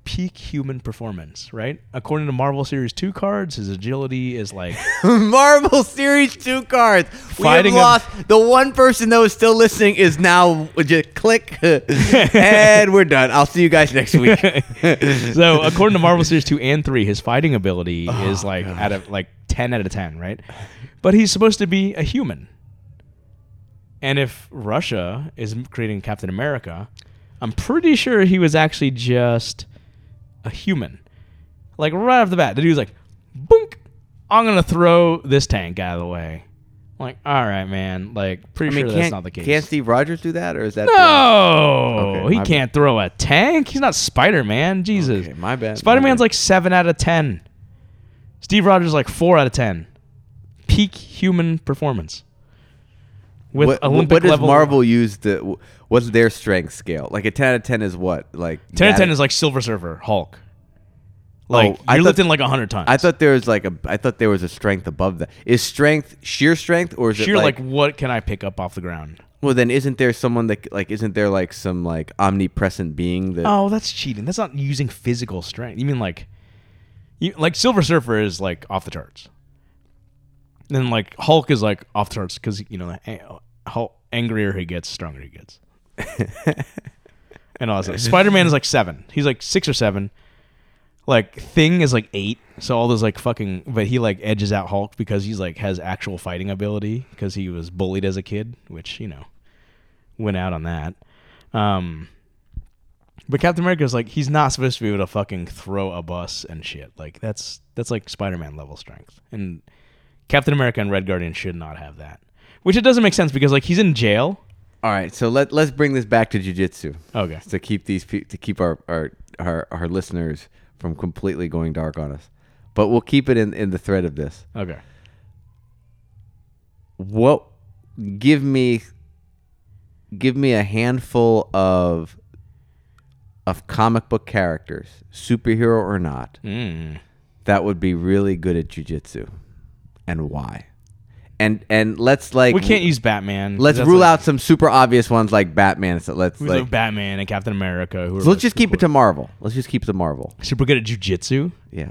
S1: peak human performance, right? According to Marvel Series Two cards, his agility is like
S2: (laughs) Marvel Series two cards.
S1: Fighting
S2: we
S1: a-
S2: have lost. The one person that was still listening is now. Would
S1: (laughs)
S2: you click? and we're done. I'll see you guys next week. (laughs)
S1: so. According to Marvel Series Two and Three, his fighting ability
S2: Oh,
S1: is like out of like ten out of ten, right? But he's supposed to be a human. And if Russia is m- creating Captain America, I'm pretty sure he was actually just a human. Like right off the bat, the dude's like, "Boink! I'm gonna throw this tank out of the way." I'm like, all right, man. Like, pretty sure that's
S2: can't,
S1: not the case.
S2: can't Steve Rogers do that, or is that
S1: No,
S2: Okay,
S1: Oh, he
S2: my bad.
S1: can't throw a tank. He's not Spider Man. Jesus,
S2: Okay, my bad.
S1: Spider Man's
S2: My
S1: like seven out of ten. Steve Rogers is like four out of ten. Peak human performance with
S2: what,
S1: Olympic
S2: what does
S1: level.
S2: Marvel use to? What's their strength scale? Like a ten out of ten is what? Like
S1: ten out of ten
S2: that-
S1: is like Silver Surfer, Hulk. Like
S2: Oh, I
S1: you're
S2: thought-
S1: lifting like hundred tons.
S2: I thought there was like a. I thought there was a strength above that. Is strength sheer strength, or is
S1: Sheer
S2: it
S1: like, what can I pick up off the ground?
S2: Well, then isn't there someone that like isn't there like some like omnipresent being that?
S1: Oh, that's cheating. That's not using physical strength. You mean like, you, like Silver Surfer is like off the charts. Then like Hulk is like off the charts because you know a- how angrier he gets, stronger he gets. and all that. Spider Man is like seven. He's like six or seven. Like Thing is like eight. So all those like fucking, but he like edges out Hulk because he's like has actual fighting ability because he was bullied as a kid, which you know went out on that. Um, but Captain America is like he's not supposed to be able to fucking throw a bus and shit. Like that's that's like Spider-Man level strength. And Captain America and Red Guardian should not have that. Which it doesn't make sense because like he's in jail.
S2: All right, so let let's bring this back to jujitsu
S1: Okay.
S2: to keep these pe- to keep our, our our our listeners from completely going dark on us, but we'll keep it in in the thread of this.
S1: Okay.
S2: What? Give me. Give me a handful of. Of comic book characters, superhero or not,
S1: Mm.
S2: that would be really good at jujitsu, and why? And and let's like
S1: We can't use Batman. 'cause
S2: Let's
S1: that's,
S2: rule
S1: like,
S2: out some super obvious ones like Batman. So let's
S1: who's
S2: like,
S1: like Batman and Captain America who are
S2: so
S1: like
S2: let's just keep it to Marvel. Let's just keep it to Marvel.
S1: super good at jujitsu.
S2: Yeah.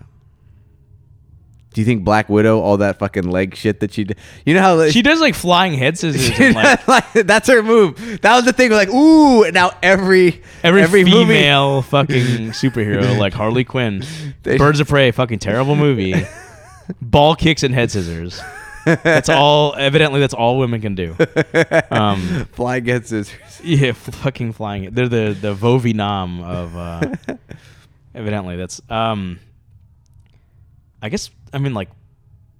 S2: Do you think Black Widow, all that fucking leg shit that she did, you know how
S1: She does like flying head
S2: (laughs)
S1: scissors.
S2: you
S1: and,
S2: know,
S1: like,
S2: like, that's her move. That was the thing. We're like, ooh, and now every
S1: every,
S2: movie-
S1: female fucking superhero like Harley Quinn,
S2: (laughs) They-
S1: Birds of Prey, fucking terrible movie.
S2: (laughs)
S1: Ball kicks and head scissors. That's all. Evidently, that's all women can do. Um,
S2: fly gets (laughs) scissors.
S1: yeah, fucking flying. it. They're the the Vovi Nam of.
S2: (laughs)
S1: Uh, evidently, that's. Um, I guess I mean like,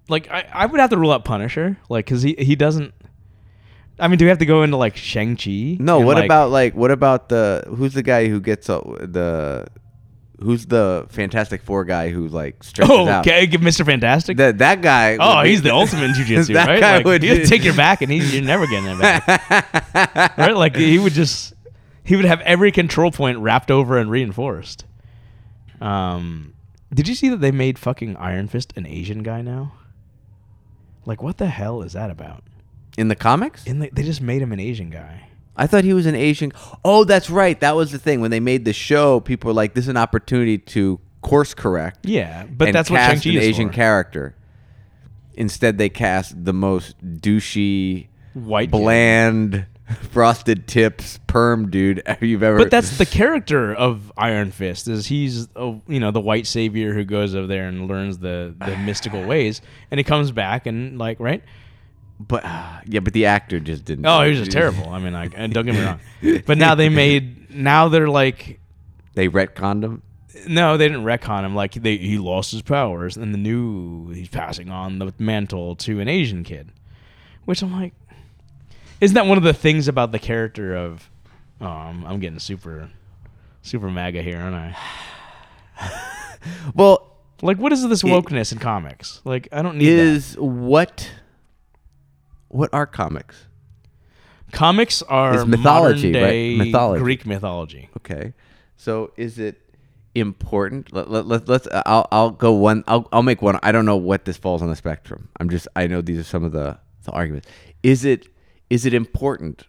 S1: like I, I would have to rule out Punisher, like because he he doesn't. I mean, do we have to go into like Shang Chi?
S2: No, what about like what about the who's the guy who gets uh, the who's the Fantastic Four guy who like stretches
S1: (laughs) Oh,
S2: out?
S1: okay, Mr. Fantastic.
S2: That that guy.
S1: Oh,
S2: would be-
S1: he's
S2: (laughs)
S1: the ultimate in jujitsu,
S2: That
S1: right?
S2: guy
S1: Like,
S2: would-
S1: he'd take your back, and he's, you're never getting it back,
S2: (laughs)
S1: right? Like he would just he would have every control point wrapped over and reinforced. Um, did you see that they made fucking Iron Fist an Asian guy now? Like, what the hell is that about?
S2: in the comics.
S1: And they, they just made him an Asian guy.
S2: I thought he was an Asian. Oh, that's right. That was the thing when they made the show. People were like, "This is an opportunity to course correct."
S1: Yeah, but
S2: and
S1: that's what
S2: cast
S1: Shang Chi
S2: an
S1: is
S2: Asian
S1: for.
S2: character. Instead, they cast the most douchey,
S1: White dude.
S2: bland, (laughs) frosted tips perm dude (laughs) you've ever.
S1: But that's the character of Iron Fist is he's a, you know the white savior who goes over there and learns the the mystical ways, and he comes back and like right.
S2: But ah, yeah, but the actor just didn't.
S1: Oh, he was just terrible. I mean, like, and don't get me wrong, but now they made now they're like
S2: They retconned him.
S1: no, they didn't retcon him. Like they he lost his powers, and the new he's passing on the mantle to an Asian kid, which I'm like, isn't that one of the things about the character of? Um, I'm getting super, super MAGA here, aren't I?
S2: Well,
S1: Like, what is this wokeness in comics? Like, I don't need
S2: is what? What are comics?
S1: that. Comics are
S2: It's mythology,
S1: modern
S2: right?
S1: day
S2: Mythology.
S1: Greek mythology.
S2: Okay. So is it important? Let, let, let, let's uh, I'll, I'll go one I'll, I'll make one. I don't know what this falls on the spectrum. I'm just I know these are some of the the arguments. Is it is it important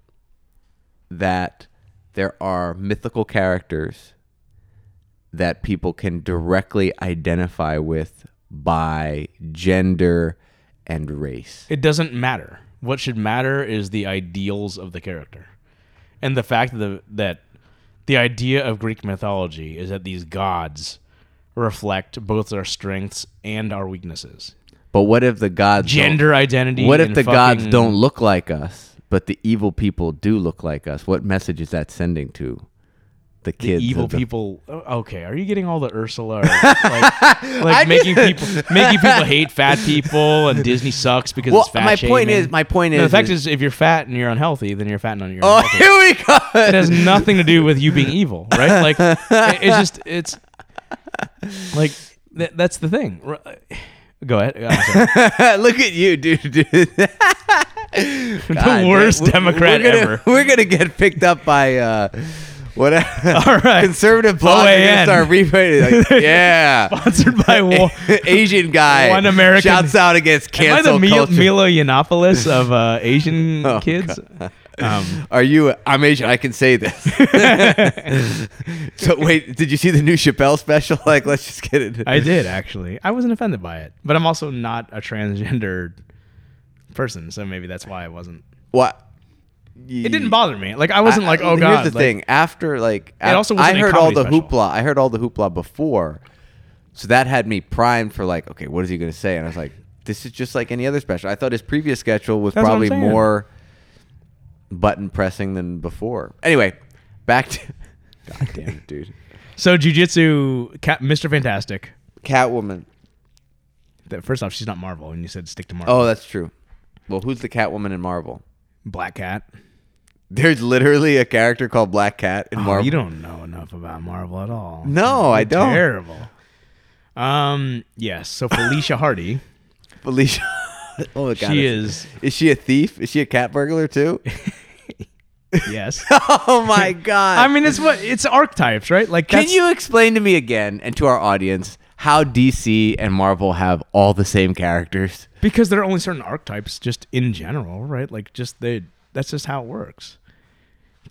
S2: that there are mythical characters that people can directly identify with by gender and race?
S1: It doesn't matter. What should matter is the ideals of the character, and the fact that the, that the idea of Greek mythology is that these gods reflect both our strengths and our weaknesses.
S2: But what if the gods don't-
S1: Gender identity.
S2: What if
S1: and
S2: the gods
S1: fucking-
S2: don't look like us, but the evil people do look like us? What message is that sending to
S1: the
S2: the kids?
S1: evil
S2: of the-
S1: people. oh, Okay, are you getting all the
S2: (laughs)
S1: Ursula, or, like, like making people making people hate fat people and Disney sucks because
S2: Well,
S1: it's fat
S2: my point
S1: shaming?
S2: is, my point
S1: No,
S2: is,
S1: the fact
S2: is,
S1: is, if you're fat and you're unhealthy, then you're fat and you're
S2: (laughs) oh,
S1: unhealthy.
S2: here we go.
S1: It has nothing to do with you being evil, right?
S2: (laughs)
S1: Like it- it's just it's like th- that's the thing. R- uh, Go ahead. I'm
S2: (laughs)
S1: sorry.
S2: Look at you, dude. (laughs) dude. God,
S1: worst
S2: we-
S1: Democrat
S2: we're gonna,
S1: ever.
S2: We're gonna get picked up by uh, (laughs) whatever.
S1: All right.
S2: Conservative blog is gonna
S1: OAN.
S2: start repaid.
S1: (laughs)
S2: Like, yeah.
S1: Sponsored
S2: (laughs)
S1: by War.
S2: Asian guy.
S1: One American-
S2: shouts out against
S1: Am I
S2: cancel
S1: the Mil-
S2: culture.
S1: Milo Yiannopoulos of uh, Asian
S2: (laughs) Oh,
S1: kids? Um,
S2: Are you? I'm Asian. I can
S1: (laughs)
S2: say this. (laughs) so wait, did you see the new Chappelle special? (laughs) Like, let's just get it.
S1: I
S2: (laughs)
S1: did actually. I wasn't offended by it, but I'm also not a transgendered person, so maybe that's why I wasn't.
S2: what?
S1: It didn't bother me. Like I wasn't like, oh
S2: here's
S1: god.
S2: Here's the
S1: like-
S2: thing. After like, af-
S1: also
S2: I
S1: wasn't a
S2: heard all the
S1: comedy special.
S2: hoopla. I heard all the hoopla before, so that had me primed for like, okay, what is he going to say? And I was like, this is just like any other special. I thought his previous schedule was
S1: That's what I'm
S2: probably
S1: saying.
S2: more button pressing than before. Anyway, back to. (laughs) God damn it, dude.
S1: So jujitsu, Cat, Mr. Fantastic.
S2: Catwoman.
S1: That first off, she's not Marvel, and you said stick to Marvel.
S2: Oh, that's true. Well, who's the Catwoman in Marvel?
S1: Black Cat.
S2: There's literally a character called Black Cat in
S1: Oh,
S2: Marvel.
S1: you don't know enough about Marvel at all.
S2: No, I don't.
S1: Terrible. Um. Yes.
S2: (laughs)
S1: So Felicia Hardy.
S2: Felicia. (laughs) oh, God.
S1: she
S2: is. (laughs)
S1: is.
S2: Is she a thief? Is she a cat burglar too? (laughs)
S1: Yes.
S2: oh (laughs) my God.
S1: I mean, it's what it's archetypes, right? Like,
S2: Can
S1: that's-
S2: you explain to me again and to our audience how DC and Marvel have all the same characters?
S1: because there are only certain archetypes just in general right like just they that's just how it works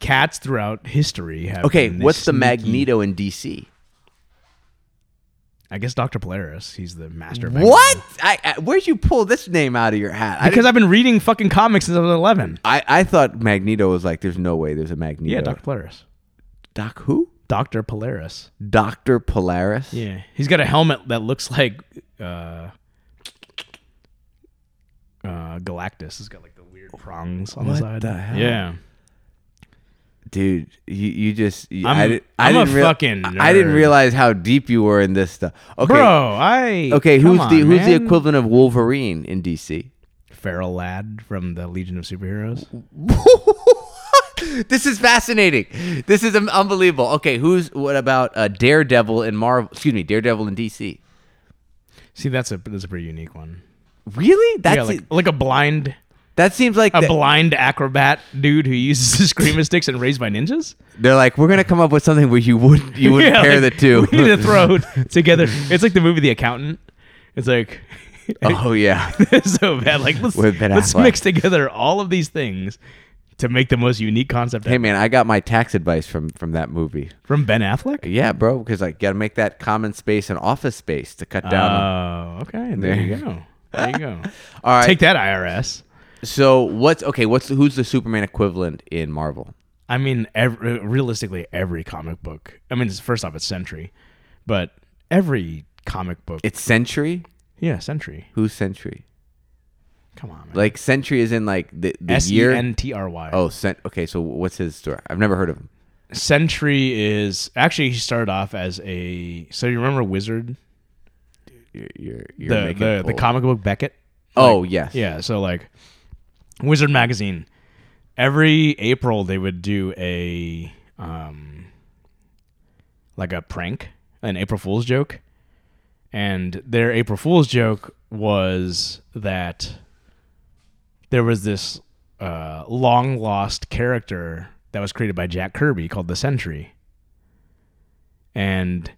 S1: cats throughout history have
S2: Okay,
S1: been this
S2: what's the
S1: sneaky-
S2: Magneto in DC?
S1: i guess dr polaris he's the master of
S2: What?
S1: everything.
S2: I, I where'd you pull this name out of your hat? I,
S1: because
S2: didn't-
S1: i've been reading fucking comics since i was 11
S2: I I thought Magneto was like, there's no way there's a Magneto.
S1: yeah dr polaris
S2: Doc who?
S1: dr polaris
S2: Doctor Polaris.
S1: yeah he's got a helmet that looks like uh uh galactus has got like the weird prongs on
S2: What
S1: the side
S2: the hell?
S1: yeah
S2: dude you, you just you,
S1: I'm-
S2: I, did, I
S1: I'm a
S2: didn't real-
S1: fucking
S2: I- I didn't
S1: nerd.
S2: realize how deep you were in this stuff okay
S1: bro i
S2: okay
S1: come
S2: who's the
S1: on,
S2: who's the
S1: man.
S2: equivalent of wolverine in dc
S1: feral lad from the legion of superheroes
S2: (laughs) this is fascinating this is um, unbelievable okay who's what about uh, daredevil in marvel excuse me daredevil in dc
S1: See, that's a that's a pretty unique one.
S2: really that's
S1: yeah, like, like a blind
S2: that seems like
S1: a
S2: the-
S1: blind acrobat dude who uses his screaming sticks and raised by ninjas.
S2: they're like we're gonna come up with something where you
S1: (laughs)
S2: wouldn't you wouldn't
S1: yeah,
S2: pair
S1: like,
S2: the two
S1: We need to
S2: (laughs)
S1: throw together. It's like the movie The Accountant. It's like
S2: oh yeah
S1: (laughs) it's so bad. Like let's
S2: With Ben
S1: let's
S2: Affleck.
S1: mix together all of these things to make the most unique concept
S2: hey man i got my tax advice from from that movie
S1: from Ben Affleck.
S2: Yeah, bro, because like gotta make that common space an office space to cut
S1: Oh,
S2: down.
S1: okay. There you go. There you
S2: (laughs)
S1: go.
S2: All right.
S1: Take that, IRS.
S2: so what's okay? What's the, who's the Superman equivalent in Marvel?
S1: I mean, every, realistically, every comic book. I mean, it's, first off, it's Century, but every comic book.
S2: It's Century.
S1: yeah, Century.
S2: Who's Century?
S1: Come on, man.
S2: Like Century is in like the, the
S1: S E
S2: year.
S1: N T R Y.
S2: oh, cent- okay. So what's his story? I've never heard of him.
S1: Sentry
S2: Oh.
S1: is actually he started off as a so you remember Wizard
S2: You're, you're, you're
S1: the
S2: making
S1: the,
S2: it
S1: the
S2: bold.
S1: comic book Beckett
S2: Oh yes.
S1: yeah so like Wizard magazine every April they would do a um like a prank an April Fool's joke and their April Fool's joke was that there was this uh, long lost character that was created by Jack Kirby called the Sentry, and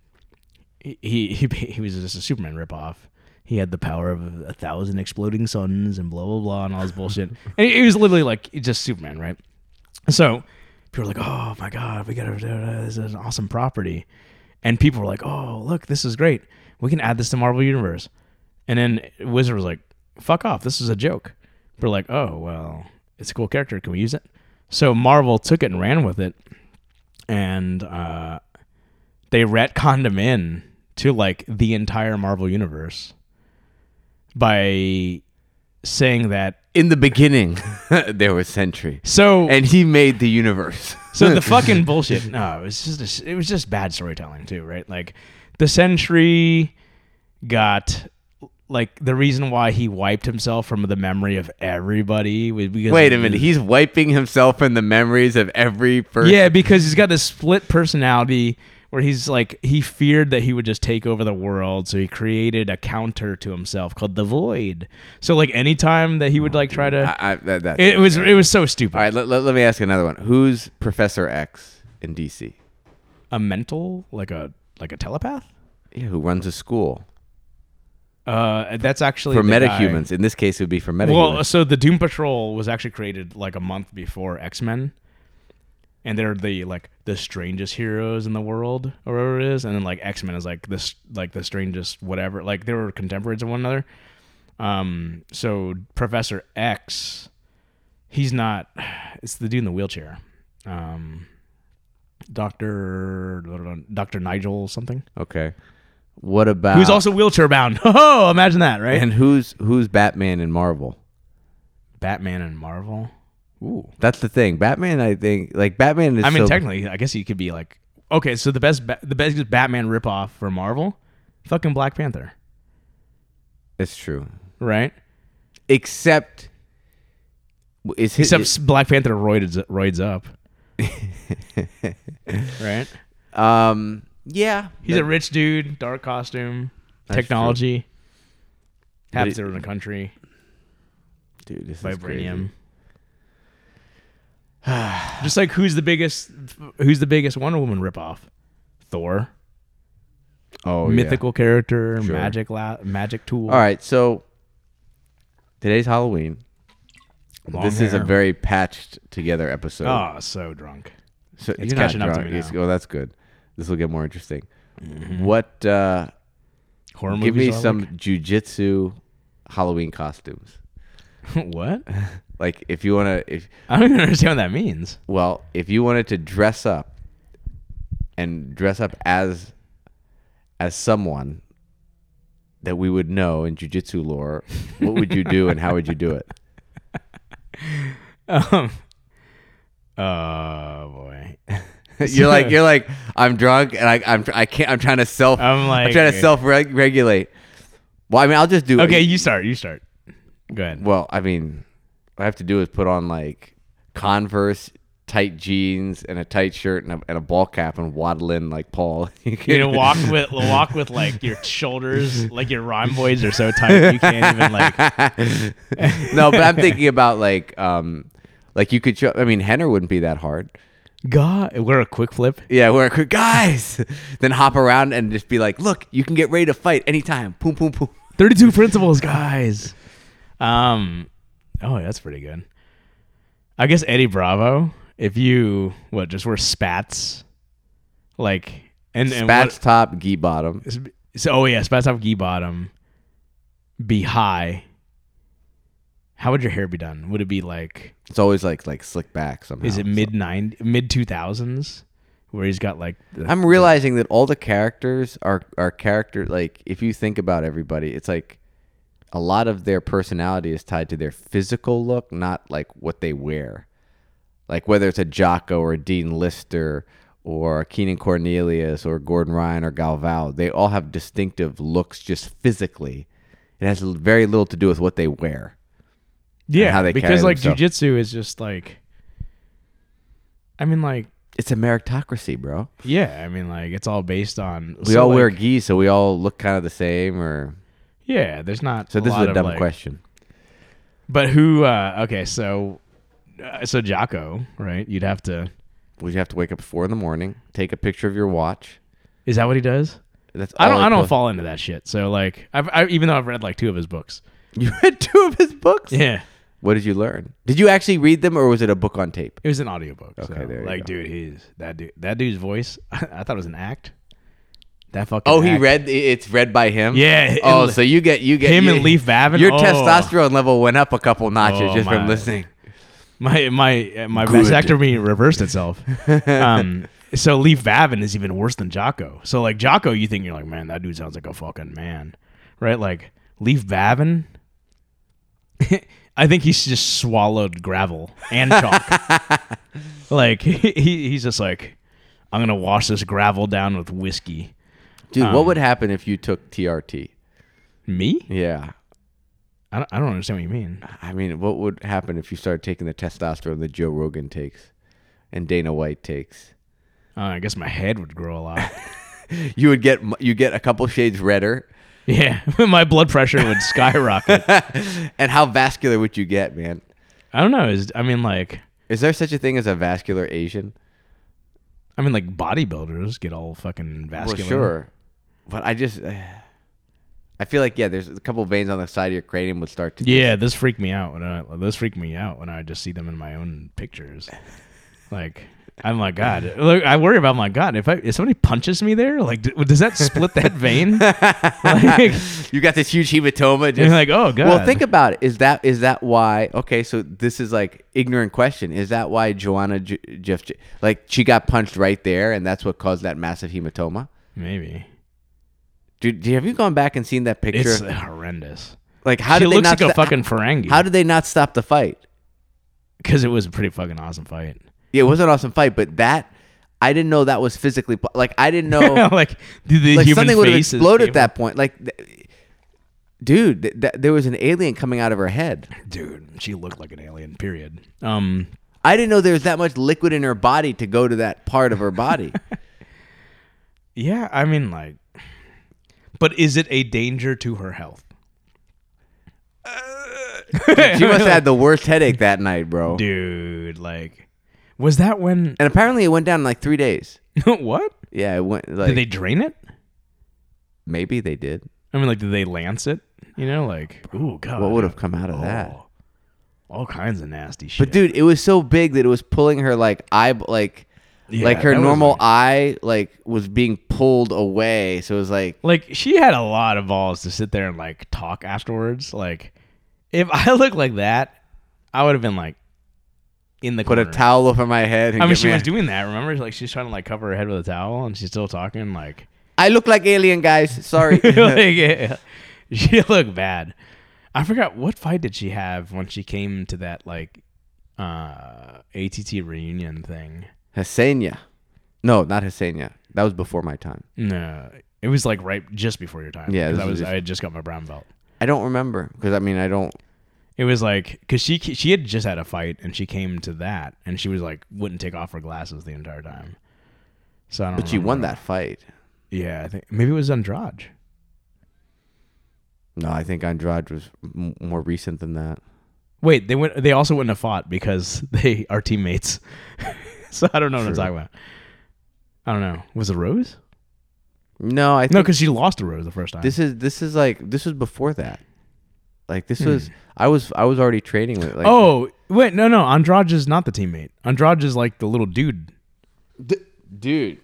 S1: he he (laughs) he was just a Superman ripoff. He had the power of a thousand exploding suns and blah blah blah and all this bullshit. and he was literally like just Superman, right? So people were like, "Oh my god, we got to this is an awesome property," and people were like, "Oh look, this is great. We can add this to Marvel Universe." And then Wizard was like, "Fuck off, this is a joke." We're like, "Oh well, it's a cool character. Can we use it?" So Marvel took it and ran with it, and uh, they retconned him in to like the entire Marvel universe by saying that.
S2: In the beginning, (laughs) there was Sentry,
S1: So
S2: and he made the universe.
S1: So the fucking bullshit. No, it was just it was just bad storytelling too, right? Like the Sentry got like the reason why he wiped himself from the memory of everybody was because
S2: (laughs) Wait a minute. He's wiping himself in the memories of every person.
S1: yeah, because he's got this split personality where he's like he feared that he would just take over the world, so he created a counter to himself called the Void. So like anytime that he would like try to,
S2: I, I, that, that.
S1: it was it was so stupid.
S2: All right. Let, let, let me ask another one. Who's Professor X in DC?
S1: A mental like a like a telepath.
S2: Yeah, who runs a school
S1: Uh, that's actually
S2: for
S1: the guy-
S2: metahumans? In this case, it would be for metahumans.
S1: Well, so the Doom Patrol was actually created like a month before X Men, and they're the like the strangest heroes in the world, or whatever it is. And then like X Men is like this like the strangest whatever. Like they were contemporaries of one another. Um, so Professor X, he's not. (sighs) It's the dude in the wheelchair. Um, Doctor Doctor Nigel something.
S2: okay. What about
S1: uh, Who's also wheelchair bound? (laughs) Oh, imagine that, right?
S2: Ah. and who's who's Batman in Marvel?
S1: Batman and Marvel. Ooh.
S2: That's the thing. Batman, I think, like Batman is.
S1: I mean,
S2: so-
S1: technically, I guess he could be like, okay, so the best, ba- the best Batman ripoff for Marvel, fucking Black Panther,
S2: it's true.
S1: right?
S2: Except, is his,
S1: Except s Black Panther roids roids
S2: (laughs)
S1: up, right?
S2: um yeah
S1: He's a rich dude, dark costume,
S2: That's
S1: technology,
S2: But
S1: happens
S2: it-
S1: over in the country,
S2: dude. This is crazy.
S1: vibranium. (sighs) Just like who's the biggest, who's the biggest Wonder Woman ripoff? Thor,
S2: Oh, yeah.
S1: mythical character,
S2: Sure.
S1: magic la- magic tool.
S2: All right, so today's Halloween.
S1: Long
S2: this is a
S1: hair.
S2: very patched together episode.
S1: Oh, so drunk.
S2: so
S1: it's
S2: you're not
S1: catching up to
S2: drunk.
S1: me
S2: It's-
S1: now.
S2: Oh, that's good. This will get more interesting. What? uh
S1: Horror
S2: Give
S1: movies
S2: me
S1: all
S2: some jujitsu Halloween costumes.
S1: (laughs) what?
S2: Like if you want to, if
S1: I don't even understand what that means.
S2: well, if you wanted to dress up and dress up as as someone that we would know in jujitsu lore, what would you do and how would you
S1: (laughs)
S2: do it? (laughs)
S1: Um, (laughs) oh (laughs) boy,
S2: you're like you're like I'm drunk and I I'm tr- I can't I'm trying to self I'm,
S1: I'm like
S2: trying to self reg- regulate. Well, I mean, I'll just do
S1: Okay, you start. You start. Go ahead.
S2: Well, I mean, what I have to do is put on like Converse, tight jeans, and a tight shirt and a, and a ball cap and waddle in like Paul. (laughs) you
S1: (laughs) You know, walk with walk with like your shoulders, like your rhomboids are so tight you can't even like. (laughs)
S2: no, but I'm thinking about like um like you could show. I mean, Henner wouldn't be that hard.
S1: God, we're a quick flip.
S2: Yeah, we're like, guys. (laughs) Then hop around and just be like, look, you can get ready to fight anytime. Boom, boom, boom.
S1: Thirty-two principles, guys. Um, oh, that's pretty good. I guess Eddie Bravo. If you what just wear spats, like and and what-
S2: Spats top, gi bottom.
S1: So, oh yeah, spats off gi bottom. be high, how would your hair be done? Would it be like
S2: It's always like like slick back somehow.
S1: is it mid nine mid two thousands where he's got like the-
S2: I'm realizing that all the characters are are character like if you think about everybody, it's like a lot of their personality is tied to their physical look, not like what they wear. Like whether it's a Jocko or a Dean Lister or Keenan Cornelius or Gordon Ryan or Galvao, they all have distinctive looks just physically. It has l- very little to do with what they wear.
S1: yeah
S2: how they carry
S1: because like
S2: themselves.
S1: jujitsu is just like I mean like
S2: It's a meritocracy, bro.
S1: yeah I mean like it's all based on
S2: We
S1: so,
S2: all wear
S1: like,
S2: gi, so we all look kind of the same. Or
S1: yeah there's not
S2: so this is
S1: lot
S2: a
S1: of,
S2: dumb
S1: like-
S2: question.
S1: but who uh, okay so uh, so Jocko right you'd have to
S2: Would you have to wake up at four in the morning, take a picture of your watch?
S1: is that what he does
S2: That's
S1: I don't
S2: all he
S1: I don't
S2: posts.
S1: fall into that shit so like I've I, even though I've read like two of his books
S2: (laughs) You read two of his books.
S1: yeah
S2: What did you learn? Did you actually read them, or was it a book on tape?
S1: It was an audiobook. Okay, so,
S2: there you
S1: like,
S2: go.
S1: dude, he's that dude. That dude's voice. (laughs) I, thought it was an act. That fucking.
S2: Oh, he
S1: act.
S2: read. It's read by him.
S1: Yeah.
S2: Oh,
S1: and-
S2: so you get you get
S1: Him
S2: you,
S1: and Leif Babin?
S2: Your
S1: Oh.
S2: testosterone level went up a couple notches
S1: Oh,
S2: just from
S1: my.
S2: listening.
S1: my my uh, my
S2: Good.
S1: vasectomy reversed itself. um, so Leaf Vavin is even worse than Jocko. So like Jocko, you think you're like, man, that dude sounds like a fucking man, right? Like Leaf Vavin. (laughs) I think he's just swallowed gravel and chalk. like (laughs) he, he he's just like, I'm gonna wash this gravel down with whiskey.
S2: Dude, what would happen if you took TRT?
S1: Me?
S2: Yeah.
S1: I don't, I don't understand what you mean.
S2: I mean, what would happen if you started taking the testosterone that Joe Rogan takes and Dana White takes?
S1: Uh, I guess my head would grow a lot.
S2: You would get you get a couple shades redder. (laughs)
S1: yeah, (laughs) my blood pressure would skyrocket.
S2: and how vascular would you get, man?
S1: I don't know. Is I mean like
S2: Is there such a thing as a vascular Asian?
S1: I mean like bodybuilders get all fucking vascular.
S2: Well, sure, but I just eh, I feel like yeah, there's a couple veins on the side of your cranium would start to.
S1: Yeah, this freaked me out when I those freak me out when I just see them in my own
S2: (laughs)
S1: pictures. Like I'm like God. Look, I worry about my God. If I if somebody punches me there, like d- does that split
S2: (laughs)
S1: that vein? like,
S2: (laughs) You got this huge hematoma. Just,
S1: you're like oh God.
S2: Well, think about it. Is that is that why? Okay, so this is like ignorant question. Is that why Joanna J- Jeff J- like she got punched right there, and that's what caused that massive hematoma?
S1: maybe
S2: Dude, do- have you gone back and seen that picture?
S1: it's horrendous.
S2: like, how
S1: she
S2: did they
S1: looks
S2: not?
S1: like a
S2: sta-
S1: fucking Ferengi.
S2: how did they not stop the fight?
S1: Because it was a pretty fucking awesome fight.
S2: Yeah, it was an awesome fight, but that I didn't know that was physically po- like I
S1: (laughs)
S2: didn't know
S1: like the, the
S2: like
S1: human
S2: something would have
S1: face is
S2: exploded at
S1: capable-
S2: that point. Like, th- dude, th- th- there was an alien coming out of her head.
S1: dude she looked like an alien period um
S2: I didn't know there was that much liquid in her body to go to that part of her body.
S1: yeah i mean like but is it a danger to her health
S2: Uh, (laughs)
S1: (laughs)
S2: she must have had the worst headache that night, bro.
S1: dude like was that when (laughs)
S2: And apparently, it went down in like three days.
S1: what
S2: Yeah, it went like
S1: did they drain it
S2: maybe they did.
S1: i mean like did they lance it you know like ooh god
S2: What would have come out of that?
S1: Oh. all kinds of nasty shit
S2: But dude, it was so big that it was pulling her like eye, like
S1: Yeah,
S2: like her
S1: that was
S2: normal
S1: like-
S2: eye, like was being pulled away. So it was like
S1: like she had a lot of balls to sit there and like talk afterwards like if (laughs) i looked like that i would have been like in the
S2: put a
S1: corner.
S2: towel over my head. And
S1: I mean,
S2: give
S1: she
S2: me a-
S1: was doing that. Remember, like she's trying to like cover her head with a towel, and she's still talking.
S2: (laughs)
S1: Like, (laughs)
S2: I look like alien guys. Sorry. (laughs)
S1: like, yeah. (laughs) she looked bad. I forgot what fight did she have when she came to that like uh ATT reunion thing.
S2: Hassania. No, not Hassania. That was before my time.
S1: No, it was like right just before your time.
S2: Yeah,
S1: 'cause
S2: this
S1: I
S2: was
S1: was.
S2: just-
S1: I had just got my brown belt.
S2: I don't remember because I mean I don't.
S1: It was like because she she had just had a fight and she came to that and she was like wouldn't take off her glasses the entire time. So I don't.
S2: But she
S1: remember.
S2: won that fight.
S1: Yeah, I think maybe it was Andrade.
S2: No, I think Andrade was m- more recent than that.
S1: Wait, they went. They also wouldn't have fought because (laughs) they are teammates. (laughs) so I don't know what I'm
S2: True.
S1: talking about. I don't know. Was it Rose?
S2: No, I think
S1: No, because she lost to Rose the first time.
S2: this is this is like this was before that. Like this was I was I was already trading with like
S1: Hmm. oh wait, no, no. Andrade is not the teammate. Andrade is like the little dude.
S2: d- dude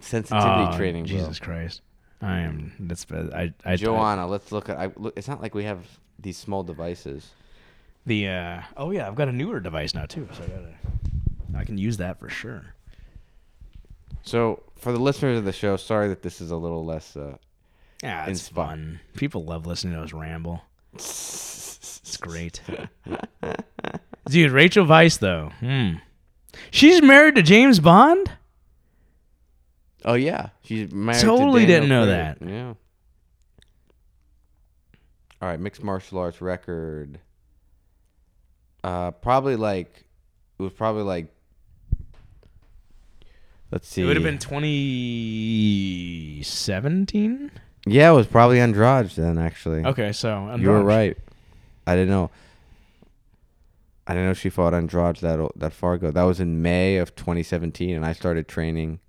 S2: sensitivity
S1: Ah,
S2: training. bro.
S1: Oh, Jesus Christ. I am. That's bad. I. I
S2: Joanna, let's look at. I, look, it's not like we have these small devices.
S1: the. Uh, oh yeah, I've got a newer device now too, so I gotta. I can use that for sure.
S2: So for the listeners of the show, sorry that this is a little less. Uh,
S1: Yeah, it's
S2: Inspi-
S1: fun. People love listening to us ramble. It's (laughs) great. Dude, Rachel Weisz though. Hmm. She's married to James Bond?
S2: (laughs) oh yeah, she's married. to
S1: Totally
S2: Daniel
S1: didn't know
S2: Craig.
S1: that.
S2: Yeah. All right, mixed martial arts record. Uh, probably like it was probably like. Let's see.
S1: It would have been 2017?
S2: Yeah, it was probably Andrade then. Actually,
S1: Okay, so
S2: you were
S1: Andrade.
S2: right. I didn't know. I didn't know she fought Andrade that o- that far ago. That was in May of 2017, and I started training.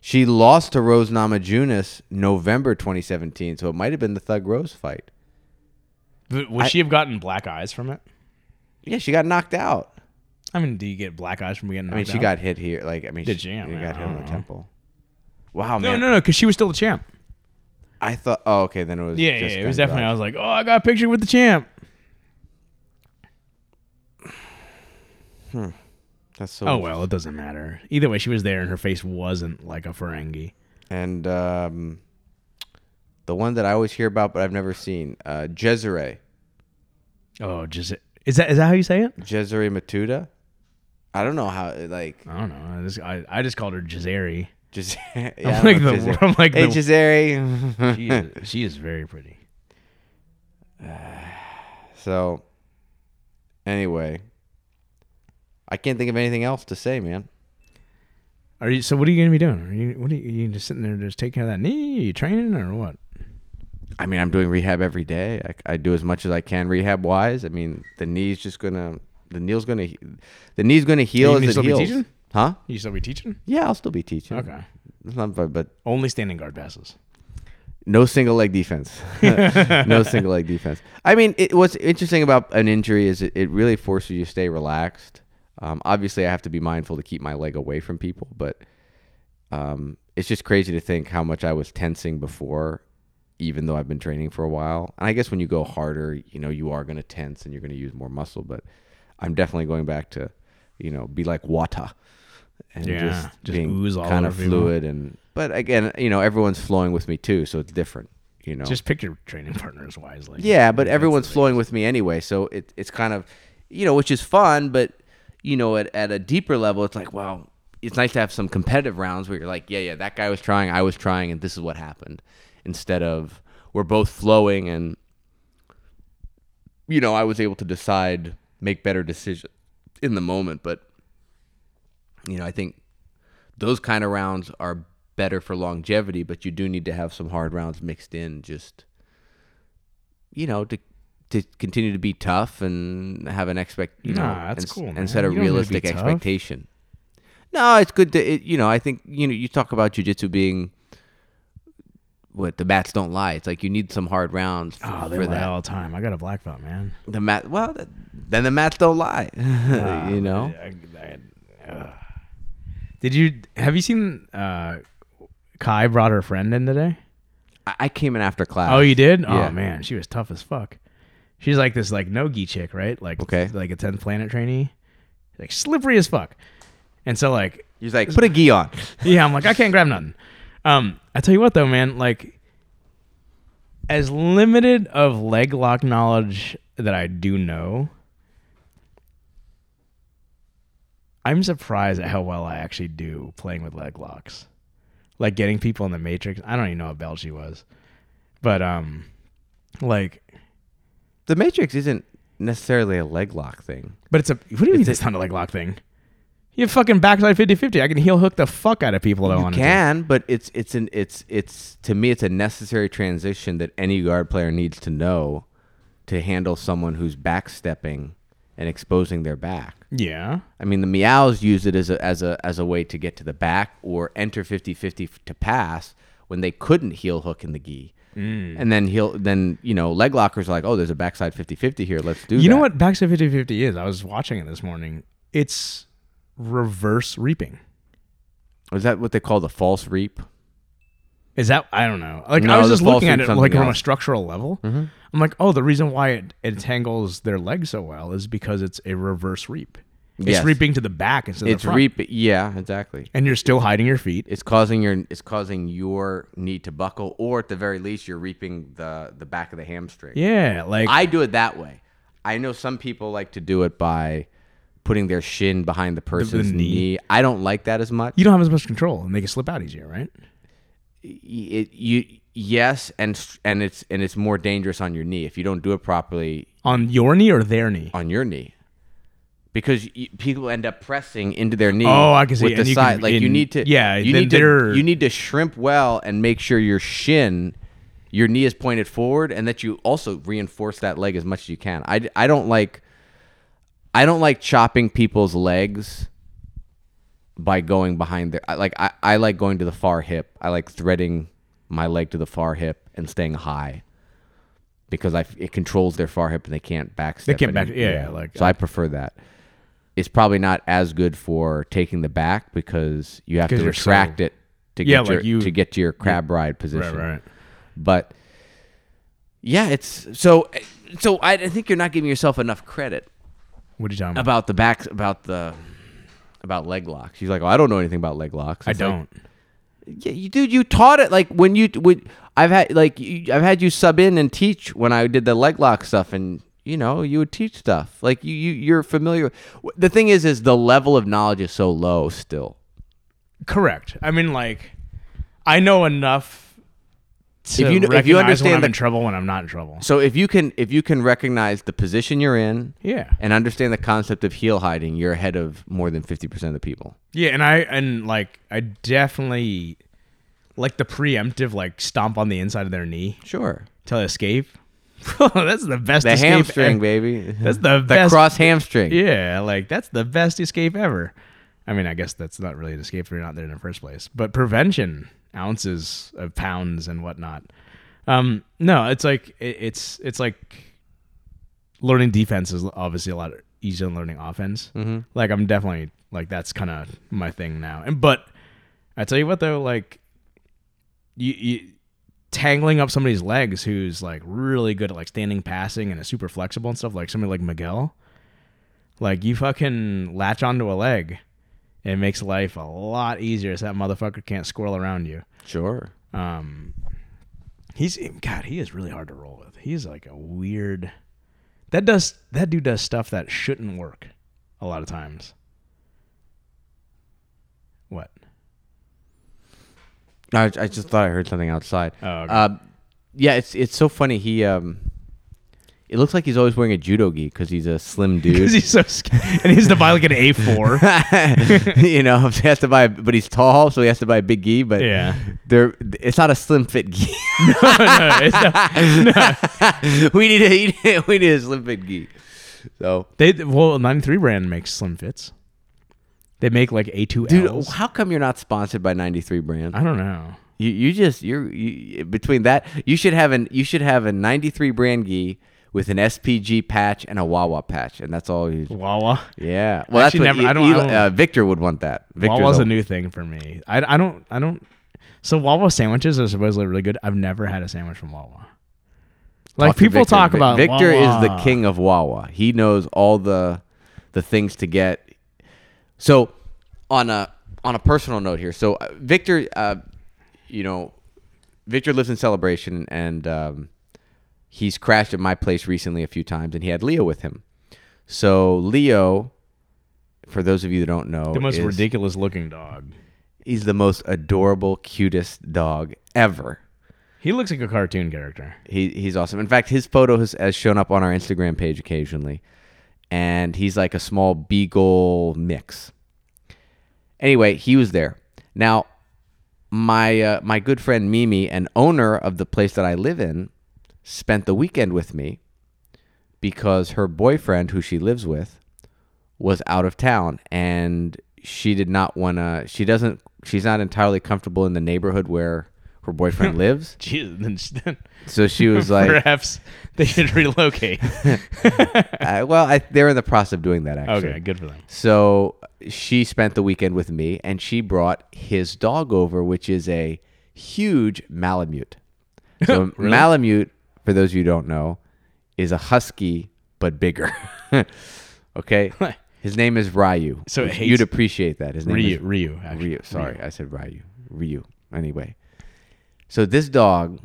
S2: She lost to Rose Namajunas November 2017, so it might have been the Thug Rose fight.
S1: But would
S2: I-
S1: she have gotten black eyes from it?
S2: Yeah, she got knocked out.
S1: I mean, do you get black eyes from getting
S2: I mean,
S1: knocked
S2: she
S1: out?
S2: got hit here. Like, I mean,
S1: Did
S2: she,
S1: she? I mean,
S2: got
S1: I
S2: hit on
S1: don't
S2: the
S1: know.
S2: temple. Wow,
S1: No,
S2: man.
S1: no, no, because she was still the champ.
S2: I thought. Oh, okay. Then it was.
S1: Yeah, yeah,
S2: just
S1: it was
S2: Andrade.
S1: definitely. I was like, oh, I got a picture with the champ.
S2: That's so.
S1: Oh well, it doesn't matter. Either way, she was there, and her face wasn't like a Ferengi.
S2: and um, the one that I always hear about, but I've never seen, uh, Jezere,
S1: Oh, just is that is that how you say it?
S2: Jezere Matuda. I don't know how, like,
S1: I don't know. I just I, I just called her Jazari.
S2: (laughs) just
S1: I'm like the I'm like
S2: hey,
S1: the, (laughs)
S2: Jezere.
S1: she, is, she is very pretty.
S2: so, anyway, I can't think of anything else to say, man.
S1: Are you? So what are you gonna be doing? Are you what are you, you just sitting there just taking care of that knee? you training or what?
S2: I mean, I'm doing rehab every day. I, I do as much as I can rehab wise. I mean, the knee's just gonna, the knee's gonna, he- the knee's gonna heal
S1: You
S2: as
S1: mean
S2: it
S1: still be
S2: heals.
S1: teaching?
S2: Huh?
S1: You still be teaching?
S2: Yeah, I'll still be teaching.
S1: Okay.
S2: It's not fun, but
S1: Only standing guard passes.
S2: No single leg defense. (laughs) no single leg defense. I mean, it, what's interesting about an injury is it, it really forces you to stay relaxed. Um, obviously, I have to be mindful to keep my leg away from people, but um, it's just crazy to think how much I was tensing before, even though I've been training for a while. And I guess when you go harder, you know, you are going to tense and you're going to use more muscle, but I'm definitely going back to, you know, be like water and
S1: Yeah,
S2: just,
S1: just
S2: being
S1: ooze all
S2: kind of
S1: over people.
S2: fluid. And, but again, you know, everyone's flowing with me too, so it's different, you know.
S1: Just pick your training (laughs) partners wisely.
S2: Yeah, but
S1: That's
S2: everyone's
S1: the-
S2: flowing with me anyway, so it, it's kind of, you know, which is fun, but you know, at, at a deeper level, it's like, wow, it's nice to have some competitive rounds where you're like, yeah, yeah, that guy was trying, I was trying, and this is what happened, instead of we're both flowing and, you know, I was able to decide, make better decisions in the moment, but, you know, I think those kind of rounds are better for longevity, but you do need to have some hard rounds mixed in just you know, to to continue to be tough and have an expect, you know,
S1: Nah, that's
S2: and, s-
S1: cool,
S2: and
S1: man.
S2: set a
S1: You don't need to be
S2: realistic
S1: tough.
S2: expectation. No, it's good to, it, you know, I think, you know, you talk about jujitsu being what the bats don't lie. It's like you need some hard rounds for,
S1: Oh, they
S2: for
S1: lie
S2: that.
S1: all the time. I got a black belt, man.
S2: The mat, well, th- then the mats don't lie, (laughs) you know?
S1: I- I- ugh. Did you have you seen uh, Kai brought her friend in today?
S2: I, I came in after class.
S1: Oh, you did?
S2: yeah.
S1: Oh man, she was tough as fuck. She's like this like nogi chick, right? Like
S2: Okay.
S1: like a tenth planet trainee, like slippery as fuck. And so like
S2: He was like, put a gi on.
S1: yeah, I'm like I can't grab nothing. Um, I tell you what though, man, like as limited of leg lock knowledge that I do know, I'm surprised at how well I actually do playing with leg locks. Like getting people in the matrix. I don't even know how bell she was. But um like
S2: The Matrix isn't necessarily a leg lock thing.
S1: but it's a what do you mean it's not a leg lock thing? You fucking backside 50-50. I can heel hook the fuck out of people that I
S2: You
S1: want to.
S2: can, but it's it's an it's it's to me it's a necessary transition that any guard player needs to know to handle someone who's backstepping and exposing their back.
S1: Yeah.
S2: I mean, the meows use it as a as a as a way to get to the back or enter 50-50 f- to pass when they couldn't heel hook in the gi.
S1: Mm.
S2: And then he'll then you know leg lockers are like, oh, there's a backside 50-50 here. Let's do.
S1: You know
S2: that."
S1: what backside 50 50 is? I was watching it this morning. It's reverse reaping.
S2: is that? What they call the false reap?
S1: Is that I don't know. Like
S2: No,
S1: I was
S2: the
S1: just
S2: false
S1: looking at
S2: root's
S1: it like
S2: something
S1: from a
S2: else. Mm-hmm.
S1: structural level. I'm like, oh, the reason why it entangles their leg so well is because it's a reverse reap. It's
S2: Yes.
S1: reaping to the back instead of
S2: It's
S1: the front,
S2: reap. Yeah, exactly.
S1: and you're still hiding your feet.
S2: It's causing your it's causing your knee to buckle, or at the very least, you're reaping the the back of the hamstring.
S1: Yeah, like
S2: I do it that way. I know some people like to do it by putting their shin behind the person's knee.
S1: knee.
S2: I don't like that as much.
S1: you don't have as much control, and they can slip out easier, right?
S2: Y- It, you yes, and s- and it's and it's more dangerous on your knee if you don't do it properly
S1: On your knee or their knee?
S2: on your knee. Because y people end up pressing into their knee.
S1: Oh, I can see.
S2: With
S1: And
S2: the
S1: you can-
S2: side, like you
S1: and-
S2: need to.
S1: yeah,
S2: you
S1: then
S2: need to.
S1: they're-
S2: You need to shrimp well and make sure your shin, your knee is pointed forward, and that you also reinforce that leg as much as you can. I, I don't like. I don't like chopping people's legs by going behind their I- like I, I like going to the far hip. I like threading my leg to the far hip and staying high because I f- it controls their far hip and they can't backstep.
S1: They can't
S2: any-
S1: back. Yeah, yeah, like
S2: so I prefer that. It's probably not as good for taking the back because you have to
S1: Because you're
S2: retract it to
S1: Yeah,
S2: get your,
S1: like you-
S2: to get to your crab ride
S1: right,
S2: position.
S1: right.
S2: But yeah, it's so so I, I think you're not giving yourself enough credit
S1: What are you talking about?
S2: about the back about the about leg locks. She's like, "Oh, I don't know anything about leg locks."
S1: I
S2: It's like,
S1: don't.
S2: yeah, you, dude, you taught it like when you would. I've had like you, I've had you sub in and teach when I did the leg lock stuff, and you know you would teach stuff like you, you you're familiar. with- The thing is, is the level of knowledge is so low still.
S1: Correct. I mean, like, I know enough. To
S2: you- if you
S1: recognize
S2: understand
S1: when I'm
S2: the-
S1: in trouble, when I'm not in trouble.
S2: So if you can if you can recognize the position you're in
S1: Yeah,
S2: and understand the concept of heel hiding, you're ahead of more than fifty percent of the people.
S1: yeah, and I and like I definitely like the preemptive like stomp on the inside of their knee
S2: Sure,
S1: to escape. (laughs) that's the best.
S2: the
S1: escape
S2: hamstring,
S1: ev-
S2: baby.
S1: That's the
S2: (laughs) the
S1: best.
S2: cross hamstring.
S1: Yeah, like that's the best escape ever. I mean, I guess that's not really an escape if you're not there in the first place. But prevention, ounces of pounds and whatnot. Um, no, it's like it, it's it's like learning defense is obviously a lot easier than learning offense.
S2: Mm-hmm.
S1: Like I'm definitely like that's kind of my thing now. And but I tell you what though, like you, you tangling up somebody's legs who's like really good at like standing passing and is super flexible and stuff like somebody like Miguel like you fucking latch onto a leg it makes life a lot easier so that motherfucker can't squirrel around you
S2: Sure.
S1: um he's god he is really hard to roll with he's like a weird that does that dude does stuff that shouldn't work a lot of times what
S2: I, I just thought I heard something outside.
S1: Oh, (laughs) okay.
S2: Um, yeah, it's it's so funny. He um, it looks like he's always wearing a judo gi because he's
S1: (laughs)
S2: a slim
S1: because
S2: dude.
S1: he's so skinny and he's to buy like an a4
S2: (laughs) you know, (laughs) he has to buy, but he's tall, so he has to buy a big gi. But
S1: Yeah. (laughs)
S2: there it's not a slim fit gi. (laughs)
S1: No, it's not-
S2: we need a (laughs) he need- we need a slim fit gi. So,
S1: they well 93 brand makes slim fits they make like a2
S2: dude,
S1: L's.
S2: how come you're not sponsored by 93 Brand?
S1: i don't know
S2: You you just you're you, between that you should have an you should have a 93 brand gi with an SPG patch and a Wawa patch and that's all you
S1: wawa
S2: Yeah. Well,
S1: Actually,
S2: that's what
S1: never- I don't-
S2: Eli-
S1: I don't-
S2: uh, Victor would want that. Victor's
S1: Wawa's
S2: a-
S1: a new thing for me. I, I don't I don't. So Wawa sandwiches are supposedly really good. I've never had a sandwich from Wawa. Like
S2: talk to
S1: people
S2: Victor.
S1: talk
S2: Vi-
S1: about
S2: Victor is the
S1: Wawa.
S2: king of Wawa. He knows all the the things to get. So, on a on a personal note here, so uh, Victor, uh, you know, Victor lives in Celebration, and um, he's crashed at my place recently a few times, and he had Leo with him. So Leo, for those of you that don't know,
S1: the most
S2: is-
S1: ridiculous looking dog.
S2: He's the most adorable, cutest dog ever.
S1: He looks like a cartoon
S2: (laughs)
S1: character.
S2: He he's awesome. In fact, his photo has, has shown up on our Instagram page occasionally, and he's like a small beagle mix. Anyway, he was there. Now, my uh, my good friend Mimi, an owner of the place that I live in, spent the weekend with me because her boyfriend, who she lives with, was out of town, and she did not want to. She doesn't. She's not entirely comfortable in the neighborhood where her boyfriend lives.
S1: Jeez, then, then
S2: So she was
S1: (laughs)
S2: like,
S1: perhaps they should relocate.
S2: uh, well, I, they're in the process of doing that
S1: (laughs)
S2: actually.
S1: okay, good for them.
S2: So she spent the weekend with me and she brought his dog over, which is a huge
S1: (laughs)
S2: Malamute. So Malamute, for those of you who don't know, is a husky but bigger. (laughs)
S1: (laughs)
S2: okay, his name is Ryu.
S1: So it
S2: Which
S1: hates-
S2: you'd appreciate that. His name
S1: Ryu,
S2: is
S1: Ryu, actually.
S2: Ryu. Sorry, I said Ryu. Ryu. Anyway, so this dog.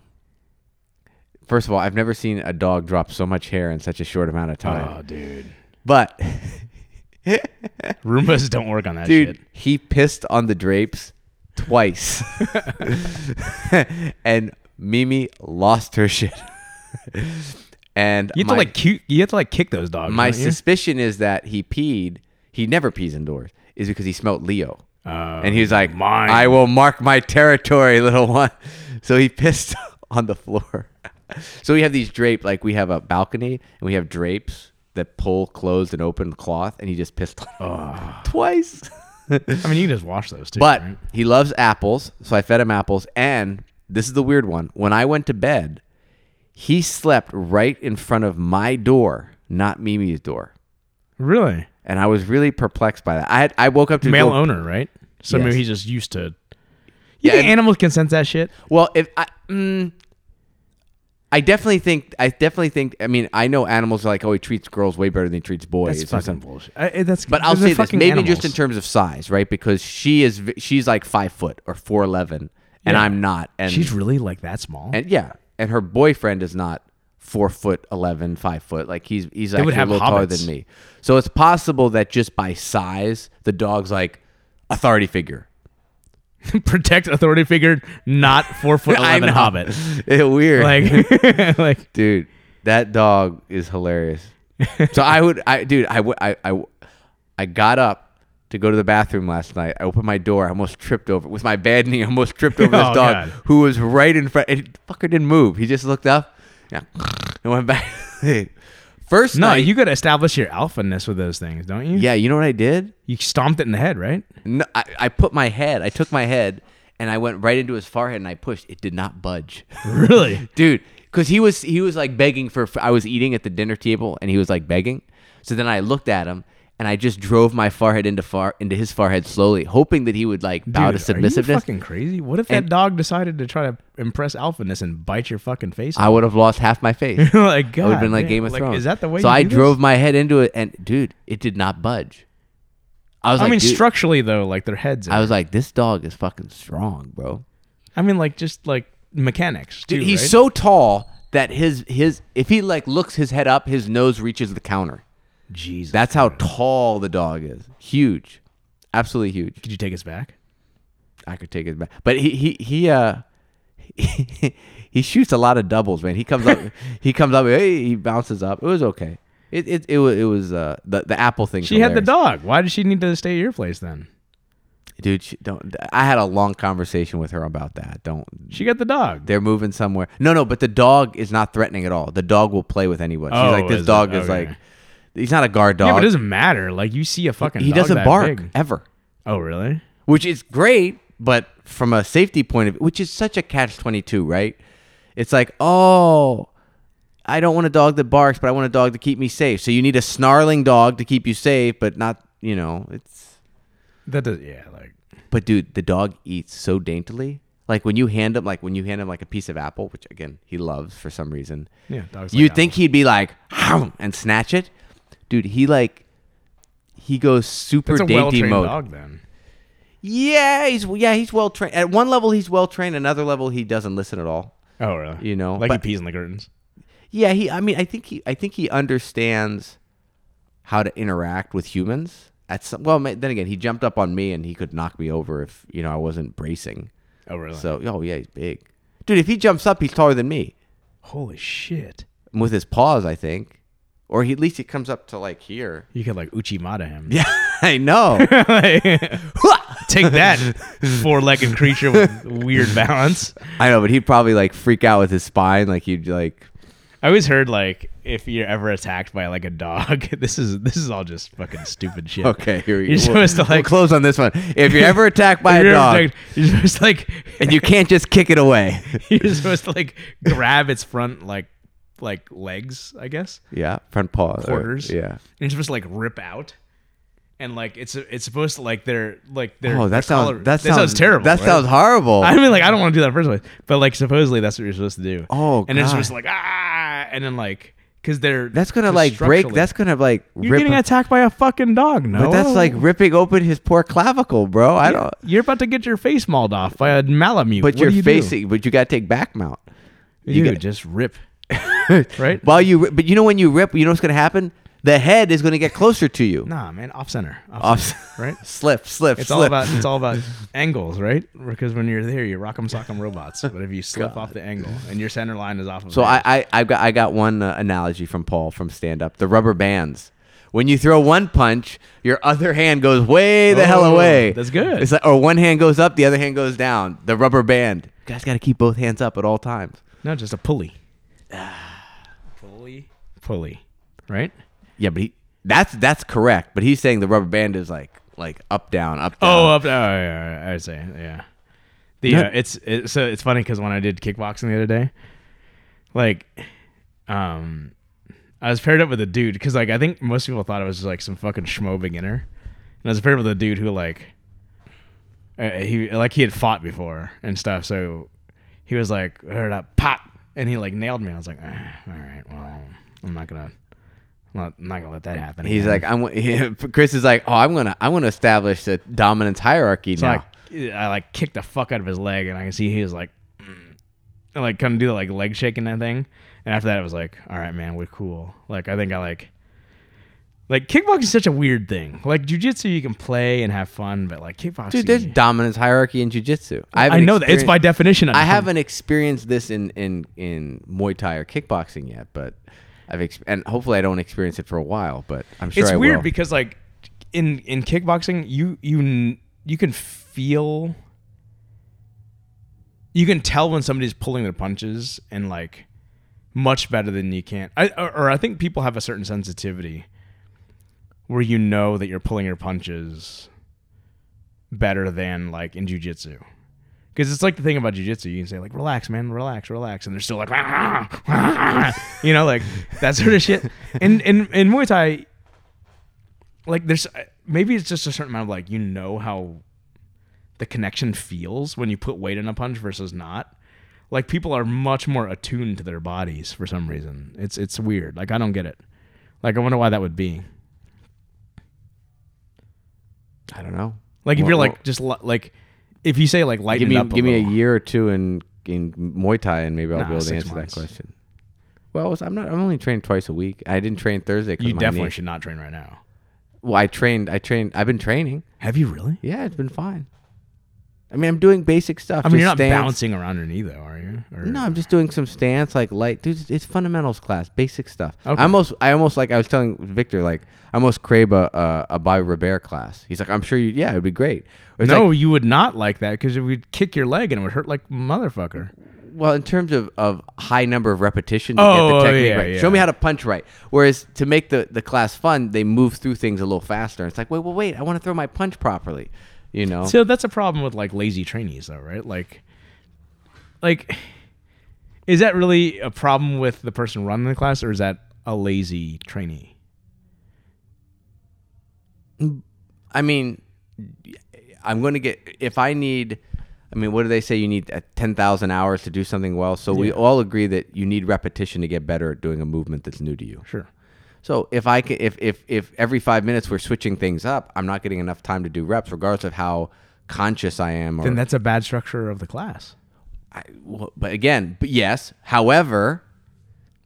S2: First of all, I've never seen a dog drop so much hair in such a short amount of time.
S1: Oh, dude.
S2: but (laughs)
S1: Roombas don't work on that
S2: dude,
S1: shit.
S2: he pissed on the drapes
S1: (laughs)
S2: twice, and Mimi lost her shit. (laughs) and
S1: You have
S2: my-
S1: to like cute. You have to like kick those dogs.
S2: My
S1: don't you?
S2: suspicion is that he peed. He never pees indoors. Is because he smelt Leo,
S1: Oh,
S2: and he's like,
S1: mine.
S2: "I will mark my territory, little one." (laughs) So he pissed on the floor. (laughs) so we have these drapes, like we have a balcony, and we have drapes that pull closed and open cloth, and he just pissed on them twice.
S1: (laughs) I mean, you can just wash those too.
S2: But
S1: right?
S2: he loves apples, so I fed him apples. And this is the weird one. When I went to bed, he slept right in front of my door, not Mimi's door
S1: really,
S2: and I was really perplexed by that. I had, I woke up to
S1: male
S2: go-
S1: owner, right? So
S2: Yes.
S1: maybe he's just used to. You
S2: Yeah,
S1: think
S2: and-
S1: animals can sense that shit?
S2: Well, if I, mm, I definitely think I definitely think. I mean, I know animals are like oh he treats girls way better than he treats boys.
S1: That's
S2: or
S1: fucking
S2: something.
S1: bullshit. I, that's
S2: But I'll
S1: those are
S2: say this,
S1: fucking
S2: maybe
S1: animals.
S2: just in terms of size, right? Because she is v- she's like five foot or four eleven, and
S1: Yeah.
S2: I'm not. And
S1: She's really like that small.
S2: and yeah, and her boyfriend is not four foot eleven, five foot. Like he's he's actually
S1: would
S2: a
S1: have
S2: little taller
S1: hobbits.
S2: than me. So it's possible that just by size, the dog's like authority figure.
S1: (laughs) Protect authority figure, not four foot
S2: (laughs) I
S1: eleven
S2: know.
S1: hobbit.
S2: (laughs) Weird.
S1: Like, (laughs) like
S2: dude that dog is hilarious so i would i dude I, would- I I- I got up to go to the bathroom last night i opened my door i almost tripped over with my bad knee I almost tripped over this
S1: Oh,
S2: dog
S1: God.
S2: who was right in front and fucker didn't move he just looked up yeah, (laughs) and went back (laughs) first
S1: no,
S2: night
S1: you gotta establish your alphaness with those things, don't you?
S2: yeah you know what i did
S1: You stomped it in the head, right?
S2: no, I, I put my head i took my head and i went right into his forehead and i pushed it did not budge
S1: (laughs) Really?
S2: dude because he was he was like begging for i was eating at the dinner table and he was like begging so then i looked at him and i just drove my forehead into far into his forehead slowly hoping that he would like
S1: Dude,
S2: bow to
S1: Are you
S2: submissiveness
S1: fucking crazy? What if that
S2: And-
S1: dog decided to try to impress alphaness and bite your fucking face?
S2: i would have lost half
S1: (laughs)
S2: my face
S1: off? (laughs) like God,
S2: i would have been like
S1: man,
S2: game of thrones
S1: Is that the way?
S2: so
S1: you
S2: i
S1: do this?
S2: drove my head into it and dude it did not budge i was
S1: I
S2: like
S1: mean,
S2: dude-
S1: structurally though, like their heads.
S2: i
S1: I,
S2: was like this dog is fucking strong bro
S1: I mean, like just like mechanics. Too,
S2: Dude, he's
S1: right?
S2: so tall that his his if he like looks his head up his nose reaches the counter
S1: Jesus.
S2: That's how tall the dog is. Huge. Absolutely huge.
S1: Could you take us back?
S2: I could take it back. But he he he uh (laughs) he, shoots a lot of doubles, man. He comes
S1: (laughs)
S2: up he comes up hey, he bounces up. It was okay. It it it was, it was uh the, the apple thing.
S1: She had the dog. Why did she need to stay at your place then?
S2: Dude, she, don't I had a long conversation with her about that. Don't
S1: She got the dog.
S2: they're moving somewhere. No, no, but the dog is not threatening at all. The dog will play with anyone. She's
S1: Oh,
S2: like this
S1: is it?
S2: dog is
S1: Okay.
S2: like he's not a guard dog.
S1: Yeah, but it doesn't matter. Like you see a fucking.
S2: he
S1: dog
S2: doesn't
S1: that
S2: bark
S1: big.
S2: ever.
S1: Oh really?
S2: which is great, but from a safety point of view, which is such a catch 22, right? It's like, oh, I don't want a dog that barks, but I want a dog to keep me safe. So you need a snarling dog to keep you safe, but not, you know, it's.
S1: That does. Yeah, like
S2: But dude, the dog eats so daintily. Like when you hand him, like when you hand him like a piece of apple, which again he loves for some reason.
S1: yeah. Dogs.
S2: You'd
S1: like
S2: think he'd be like, "Hum," and snatch it, dude. He like, he goes super
S1: That's a
S2: dainty
S1: well-trained
S2: mode.
S1: dog then.
S2: Yeah, he's yeah, he's well trained. At one level, he's well trained. Another level, he doesn't listen at all.
S1: Oh really?
S2: You know,
S1: like
S2: but-
S1: he pees in the curtains.
S2: Yeah, he. I mean, I think he. I think he understands how to interact with humans. At some, well, ma- then again, he jumped up on me and he could knock me over if you know I wasn't bracing.
S1: Oh really?
S2: So, oh yeah, he's big, dude. If he jumps up, he's taller than me
S1: Holy shit!
S2: with his paws, I think, or he, at least he comes up to like here.
S1: You could like Uchimata him.
S2: Yeah, (laughs) I know.
S1: (laughs) Take
S2: (laughs)
S1: that, four-legged creature with weird balance.
S2: I know, but he'd probably like freak out with his spine, like he'd like.
S1: I always heard like if you're ever attacked by like a dog, (laughs) this is this is all just fucking stupid shit.
S2: Okay, here we go.
S1: You're supposed to,
S2: we'll
S1: like-
S2: close on this one. If you're ever attacked
S1: (laughs)
S2: by
S1: If
S2: a
S1: you're
S2: dog
S1: attacked, you're supposed to like (laughs)
S2: and you can't just kick it away.
S1: you're supposed to like grab its front like like legs, I guess.
S2: Yeah, front paw. or-
S1: Quarters.
S2: yeah.
S1: And you're supposed to like rip out. and like it's it's supposed to like they're like they're
S2: Oh, that
S1: they're
S2: sounds
S1: color-
S2: that sounds,
S1: terrible.
S2: That
S1: right?
S2: sounds
S1: (laughs)
S2: horrible.
S1: I mean, like I don't want to do that first place, but like supposedly that's what you're supposed to do.
S2: Oh,
S1: and it's
S2: God.
S1: just like ah, and then like because they're
S2: that's gonna
S1: just
S2: like break.
S1: structurally-
S2: That's gonna like
S1: you're
S2: rip.
S1: getting attacked by a fucking dog. No,
S2: but that's like ripping open his poor clavicle, bro. I don't.
S1: You're about to get your face mauled off by a Malamute.
S2: But
S1: What
S2: you're
S1: do you do?
S2: facing. But you gotta take back mount.
S1: You,
S2: get-
S1: just
S2: (laughs)
S1: rip, right?
S2: While you, ri- but you know when you rip, you know what's gonna happen. The head is gonna get closer to you.
S1: Nah, man, off center, off,
S2: Off- (laughs)
S1: center, right?
S2: slip, slip,
S1: It's
S2: slip.
S1: all about it's all
S2: (laughs)
S1: about angles, right? Because when you're there, you rock 'em, sock 'em robots. But if you slip off the angle and your center line is off of
S2: So
S1: it,
S2: I, I, I got, I got one uh, analogy from Paul from stand up. The rubber bands. When you throw one punch, your other hand goes way the hell
S1: Oh,
S2: away.
S1: that's good.
S2: It's like, or one hand goes up, the other hand goes down. The rubber band. You guys got to keep both hands up at all times.
S1: no, just a
S2: (sighs)
S1: pulley, pulley, pulley, right?
S2: Yeah, but he, that's that's correct. But he's saying the rubber band is like like up down up. Down.
S1: Oh, up, oh yeah, yeah, I'd say yeah. The
S2: No-
S1: uh, it's it, so it's funny because when I did kickboxing the other day, like, um, I was paired up with a dude because like I think most people thought I was just like some fucking schmo beginner, and I was paired up with a dude who like, uh, he like he had fought before and stuff, so he was like heard up pop and he like nailed me. I was like, "Ah, all right, well, I'm not gonna, I'm not, I'm not gonna let that happen.
S2: He's
S1: again."
S2: like (laughs) I'm. Chris is like, oh, I'm gonna I'm gonna establish the dominance hierarchy
S1: So
S2: now.
S1: I, I like kicked the fuck out of his leg, and I can see he was like, (clears throat) mm. and, like kind of do the like leg shaking that thing. And after that, it was like, all right, man, we're cool. Like I think I like, like kickboxing is such a weird thing. Like jujitsu, you can play and have fun, but like kickboxing,
S2: Dude, there's dominance hierarchy in jujitsu.
S1: I
S2: haven't
S1: know that it's
S2: experienced-
S1: by definition.
S2: I
S1: I'm-
S2: haven't experienced this in in in Muay Thai or kickboxing yet, but I've ex- and hopefully I don't experience it for a while. But I'm sure
S1: it's
S2: I
S1: weird
S2: will.
S1: because like in in kickboxing you you n- you can feel you can tell when somebody's pulling their punches and like much better than you can I, or, or i think people have a certain sensitivity where you know that you're pulling your punches better than like in jujitsu because it's like the thing about jujitsu, you can say like, "Relax, man, relax, relax," and they're still like, (laughs) "Ah, ah," you know, like that sort of shit. And in in Muay Thai, like there's uh, maybe it's just a certain amount of like you know how the connection feels when you put weight in a punch versus not. Like people are much more attuned to their bodies for some reason. It's it's weird. Like I don't get it. Like I wonder why that would be.
S2: I don't know.
S1: Like if
S2: Well,
S1: you're
S2: well-
S1: like just li- like if you say like
S2: Give
S1: lighten
S2: me
S1: it up.
S2: give me a
S1: little.
S2: year or two in in Muay Thai, and maybe I'll
S1: Nah,
S2: be able to
S1: six
S2: answer
S1: months.
S2: that question. Well, it's- I'm not. I'm only trained twice a week. I didn't train Thursday. 'cause
S1: You
S2: of my
S1: definitely
S2: knee.
S1: should not train right now.
S2: Well, I trained. I trained. I've been training.
S1: Have you really?
S2: Yeah, it's been fine. I mean, I'm doing basic stuff.
S1: I mean,
S2: just
S1: you're not
S2: stance.
S1: bouncing around your knee though, are you? Or,
S2: No, I'm just doing some stance, like light. Dude, it's- it's fundamentals class, basic stuff.
S1: Okay.
S2: I almost, I almost like I was telling Victor, like I almost crave a a, a Bobby Robert class. He's like, I'm sure you, yeah, it'd be great. Or It's
S1: no,
S2: like,
S1: you would not like that because it would kick your leg and it would hurt like motherfucker.
S2: well, in terms of of high number of repetitions, to
S1: Oh,
S2: get the technique
S1: yeah,
S2: right.
S1: yeah.
S2: Show me how to punch right. Whereas to make the the class fun, they move through things a little faster. It's like, wait, well, wait, I want to throw my punch properly. You know,
S1: So that's a problem with like lazy trainees, though, right? Like, like, is that really a problem with the person running the class, or is that a lazy trainee?
S2: I mean, I'm going to get if I need. I mean, what do they say? You need uh, ten thousand hours to do something well. So we all agree that you need repetition to get better at doing a movement that's new to you.
S1: Sure.
S2: So if I can, if if if every five minutes we're switching things up, I'm not getting enough time to do reps, regardless of how conscious I am. Or,
S1: Then that's a bad structure of the class
S2: I, well, but again, but yes. However,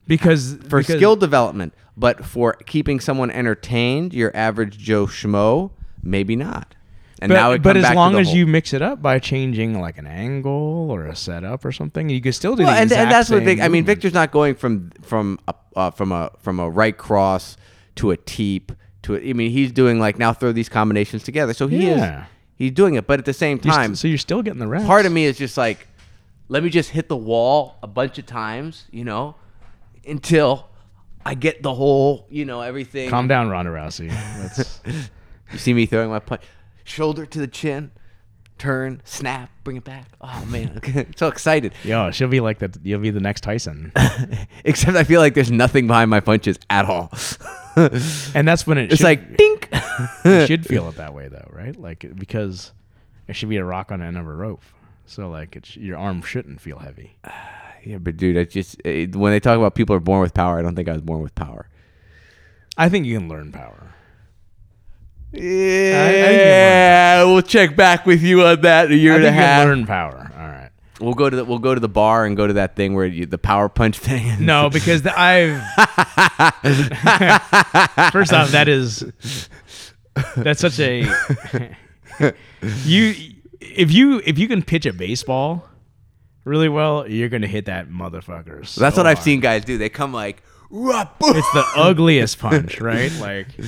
S1: because
S2: for
S1: because,
S2: skill development, but for keeping someone entertained, your average Joe schmo, maybe not. And
S1: But,
S2: now it
S1: but
S2: come
S1: as
S2: back to
S1: long
S2: the
S1: as
S2: whole-
S1: you mix it up by changing like an angle or a setup or something, you can still do.
S2: Well,
S1: the
S2: and,
S1: exact
S2: and that's what
S1: same
S2: Vic, I mean.
S1: movement.
S2: Victor's not going from from a uh, from a from a right cross to a teep to. A, I mean, he's doing like now throw these combinations together. So he
S1: Yeah.
S2: is he's doing it, but at the same
S1: You st-
S2: time,
S1: so you're still getting the reps.
S2: part of me is just like, let me just hit the wall a bunch of times, you know, until I get the whole, you know, everything.
S1: Calm down, Ronda Rousey. That's.
S2: (laughs) You see me throwing my punch, shoulder to the chin, turn, snap, bring it back. Oh man, (laughs) so excited.
S1: Yo, she'll be like that. You'll be the next Tyson,
S2: (laughs) Except I feel like there's nothing behind my punches at all. (laughs)
S1: and that's when it.
S2: It's
S1: should-
S2: like dink. (laughs)
S1: (laughs) you should feel it that way though, right? Like because it should be a rock on the end of a rope. So like it's your arm shouldn't feel heavy.
S2: Yeah, but dude, I just it, when they talk about people are born with power, I don't think I was born with power.
S1: I think you can learn power.
S2: Yeah,
S1: I think you learned
S2: we'll check back with you on that in a year
S1: I
S2: and a
S1: think you
S2: half.
S1: can learn power. All right.
S2: We'll go to the, we'll go to the bar and go to that thing where you, the power punch (laughs) thing.
S1: No, because the, I've (laughs) first off that is that's such a (laughs) you if you if you can pitch a baseball really well, you're gonna hit that motherfucker. so
S2: That's what I've
S1: hard.
S2: seen guys do. They come like, "Ruh, (laughs) boom."
S1: It's the ugliest punch, right? Like
S2: you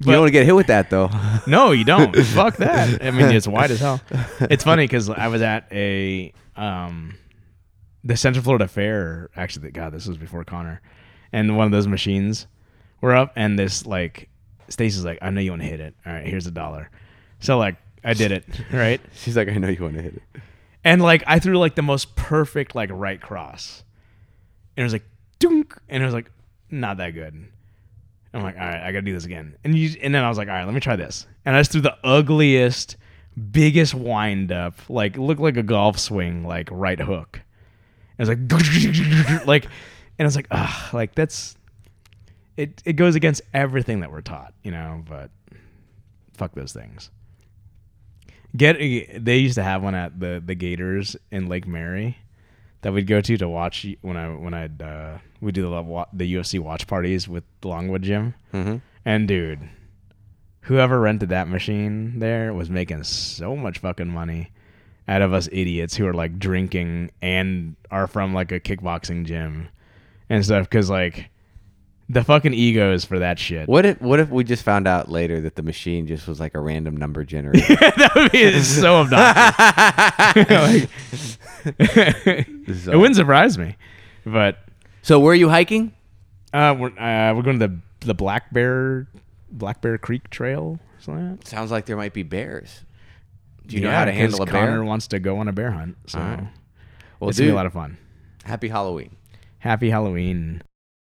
S2: don't want to get hit with that though. (laughs)
S1: No, you don't. Fuck that. I mean, it's wide as hell. It's funny because I was at a um, the Central Florida Fair. Actually, God, this was before Connor, and one of those machines were up, and this like Stacy's like, I know you want to hit it. All right, here's a dollar. So like, I did it right,
S2: She's like, "I know you want to hit it."
S1: and like I threw like the most perfect like right cross, and it was like dunk, and it was like not that good. I'm like, all right, I gotta do this again. And you, and then I was like, all right, let me try this. And I just threw the ugliest, biggest wind up, like looked like a golf swing, like right hook. And it was like, (laughs) like, and I was like, ugh, like that's, it. It goes against everything that we're taught, you know. But fuck those things. Get they used to have one at the the Gators in Lake Mary that we'd go to to watch when I when I'd uh, we do the love wa- the UFC watch parties with the Longwood Gym. Mm-hmm. And dude, whoever rented that machine there was making so much fucking money out of us idiots who are like drinking and are from like a kickboxing gym and stuff. Because like the fucking egos for that shit.
S2: What if what if we just found out later that the machine just was like a random number
S1: (laughs)
S2: generator?
S1: that would be so obnoxious. (laughs)
S2: (laughs)
S1: Like, (laughs) it wouldn't surprise me, but
S2: so were you hiking?
S1: uh, we're uh, we're going to the the Black Bear Black Bear Creek Trail. something like that.
S2: Sounds like there might be bears. Do you know
S1: Yeah,
S2: how to
S1: 'cause
S2: handle a bear?
S1: Connor wants to go on a bear hunt, so
S2: All right. well,
S1: it's gonna be
S2: dude,
S1: a lot of fun.
S2: happy Halloween.
S1: Happy Halloween.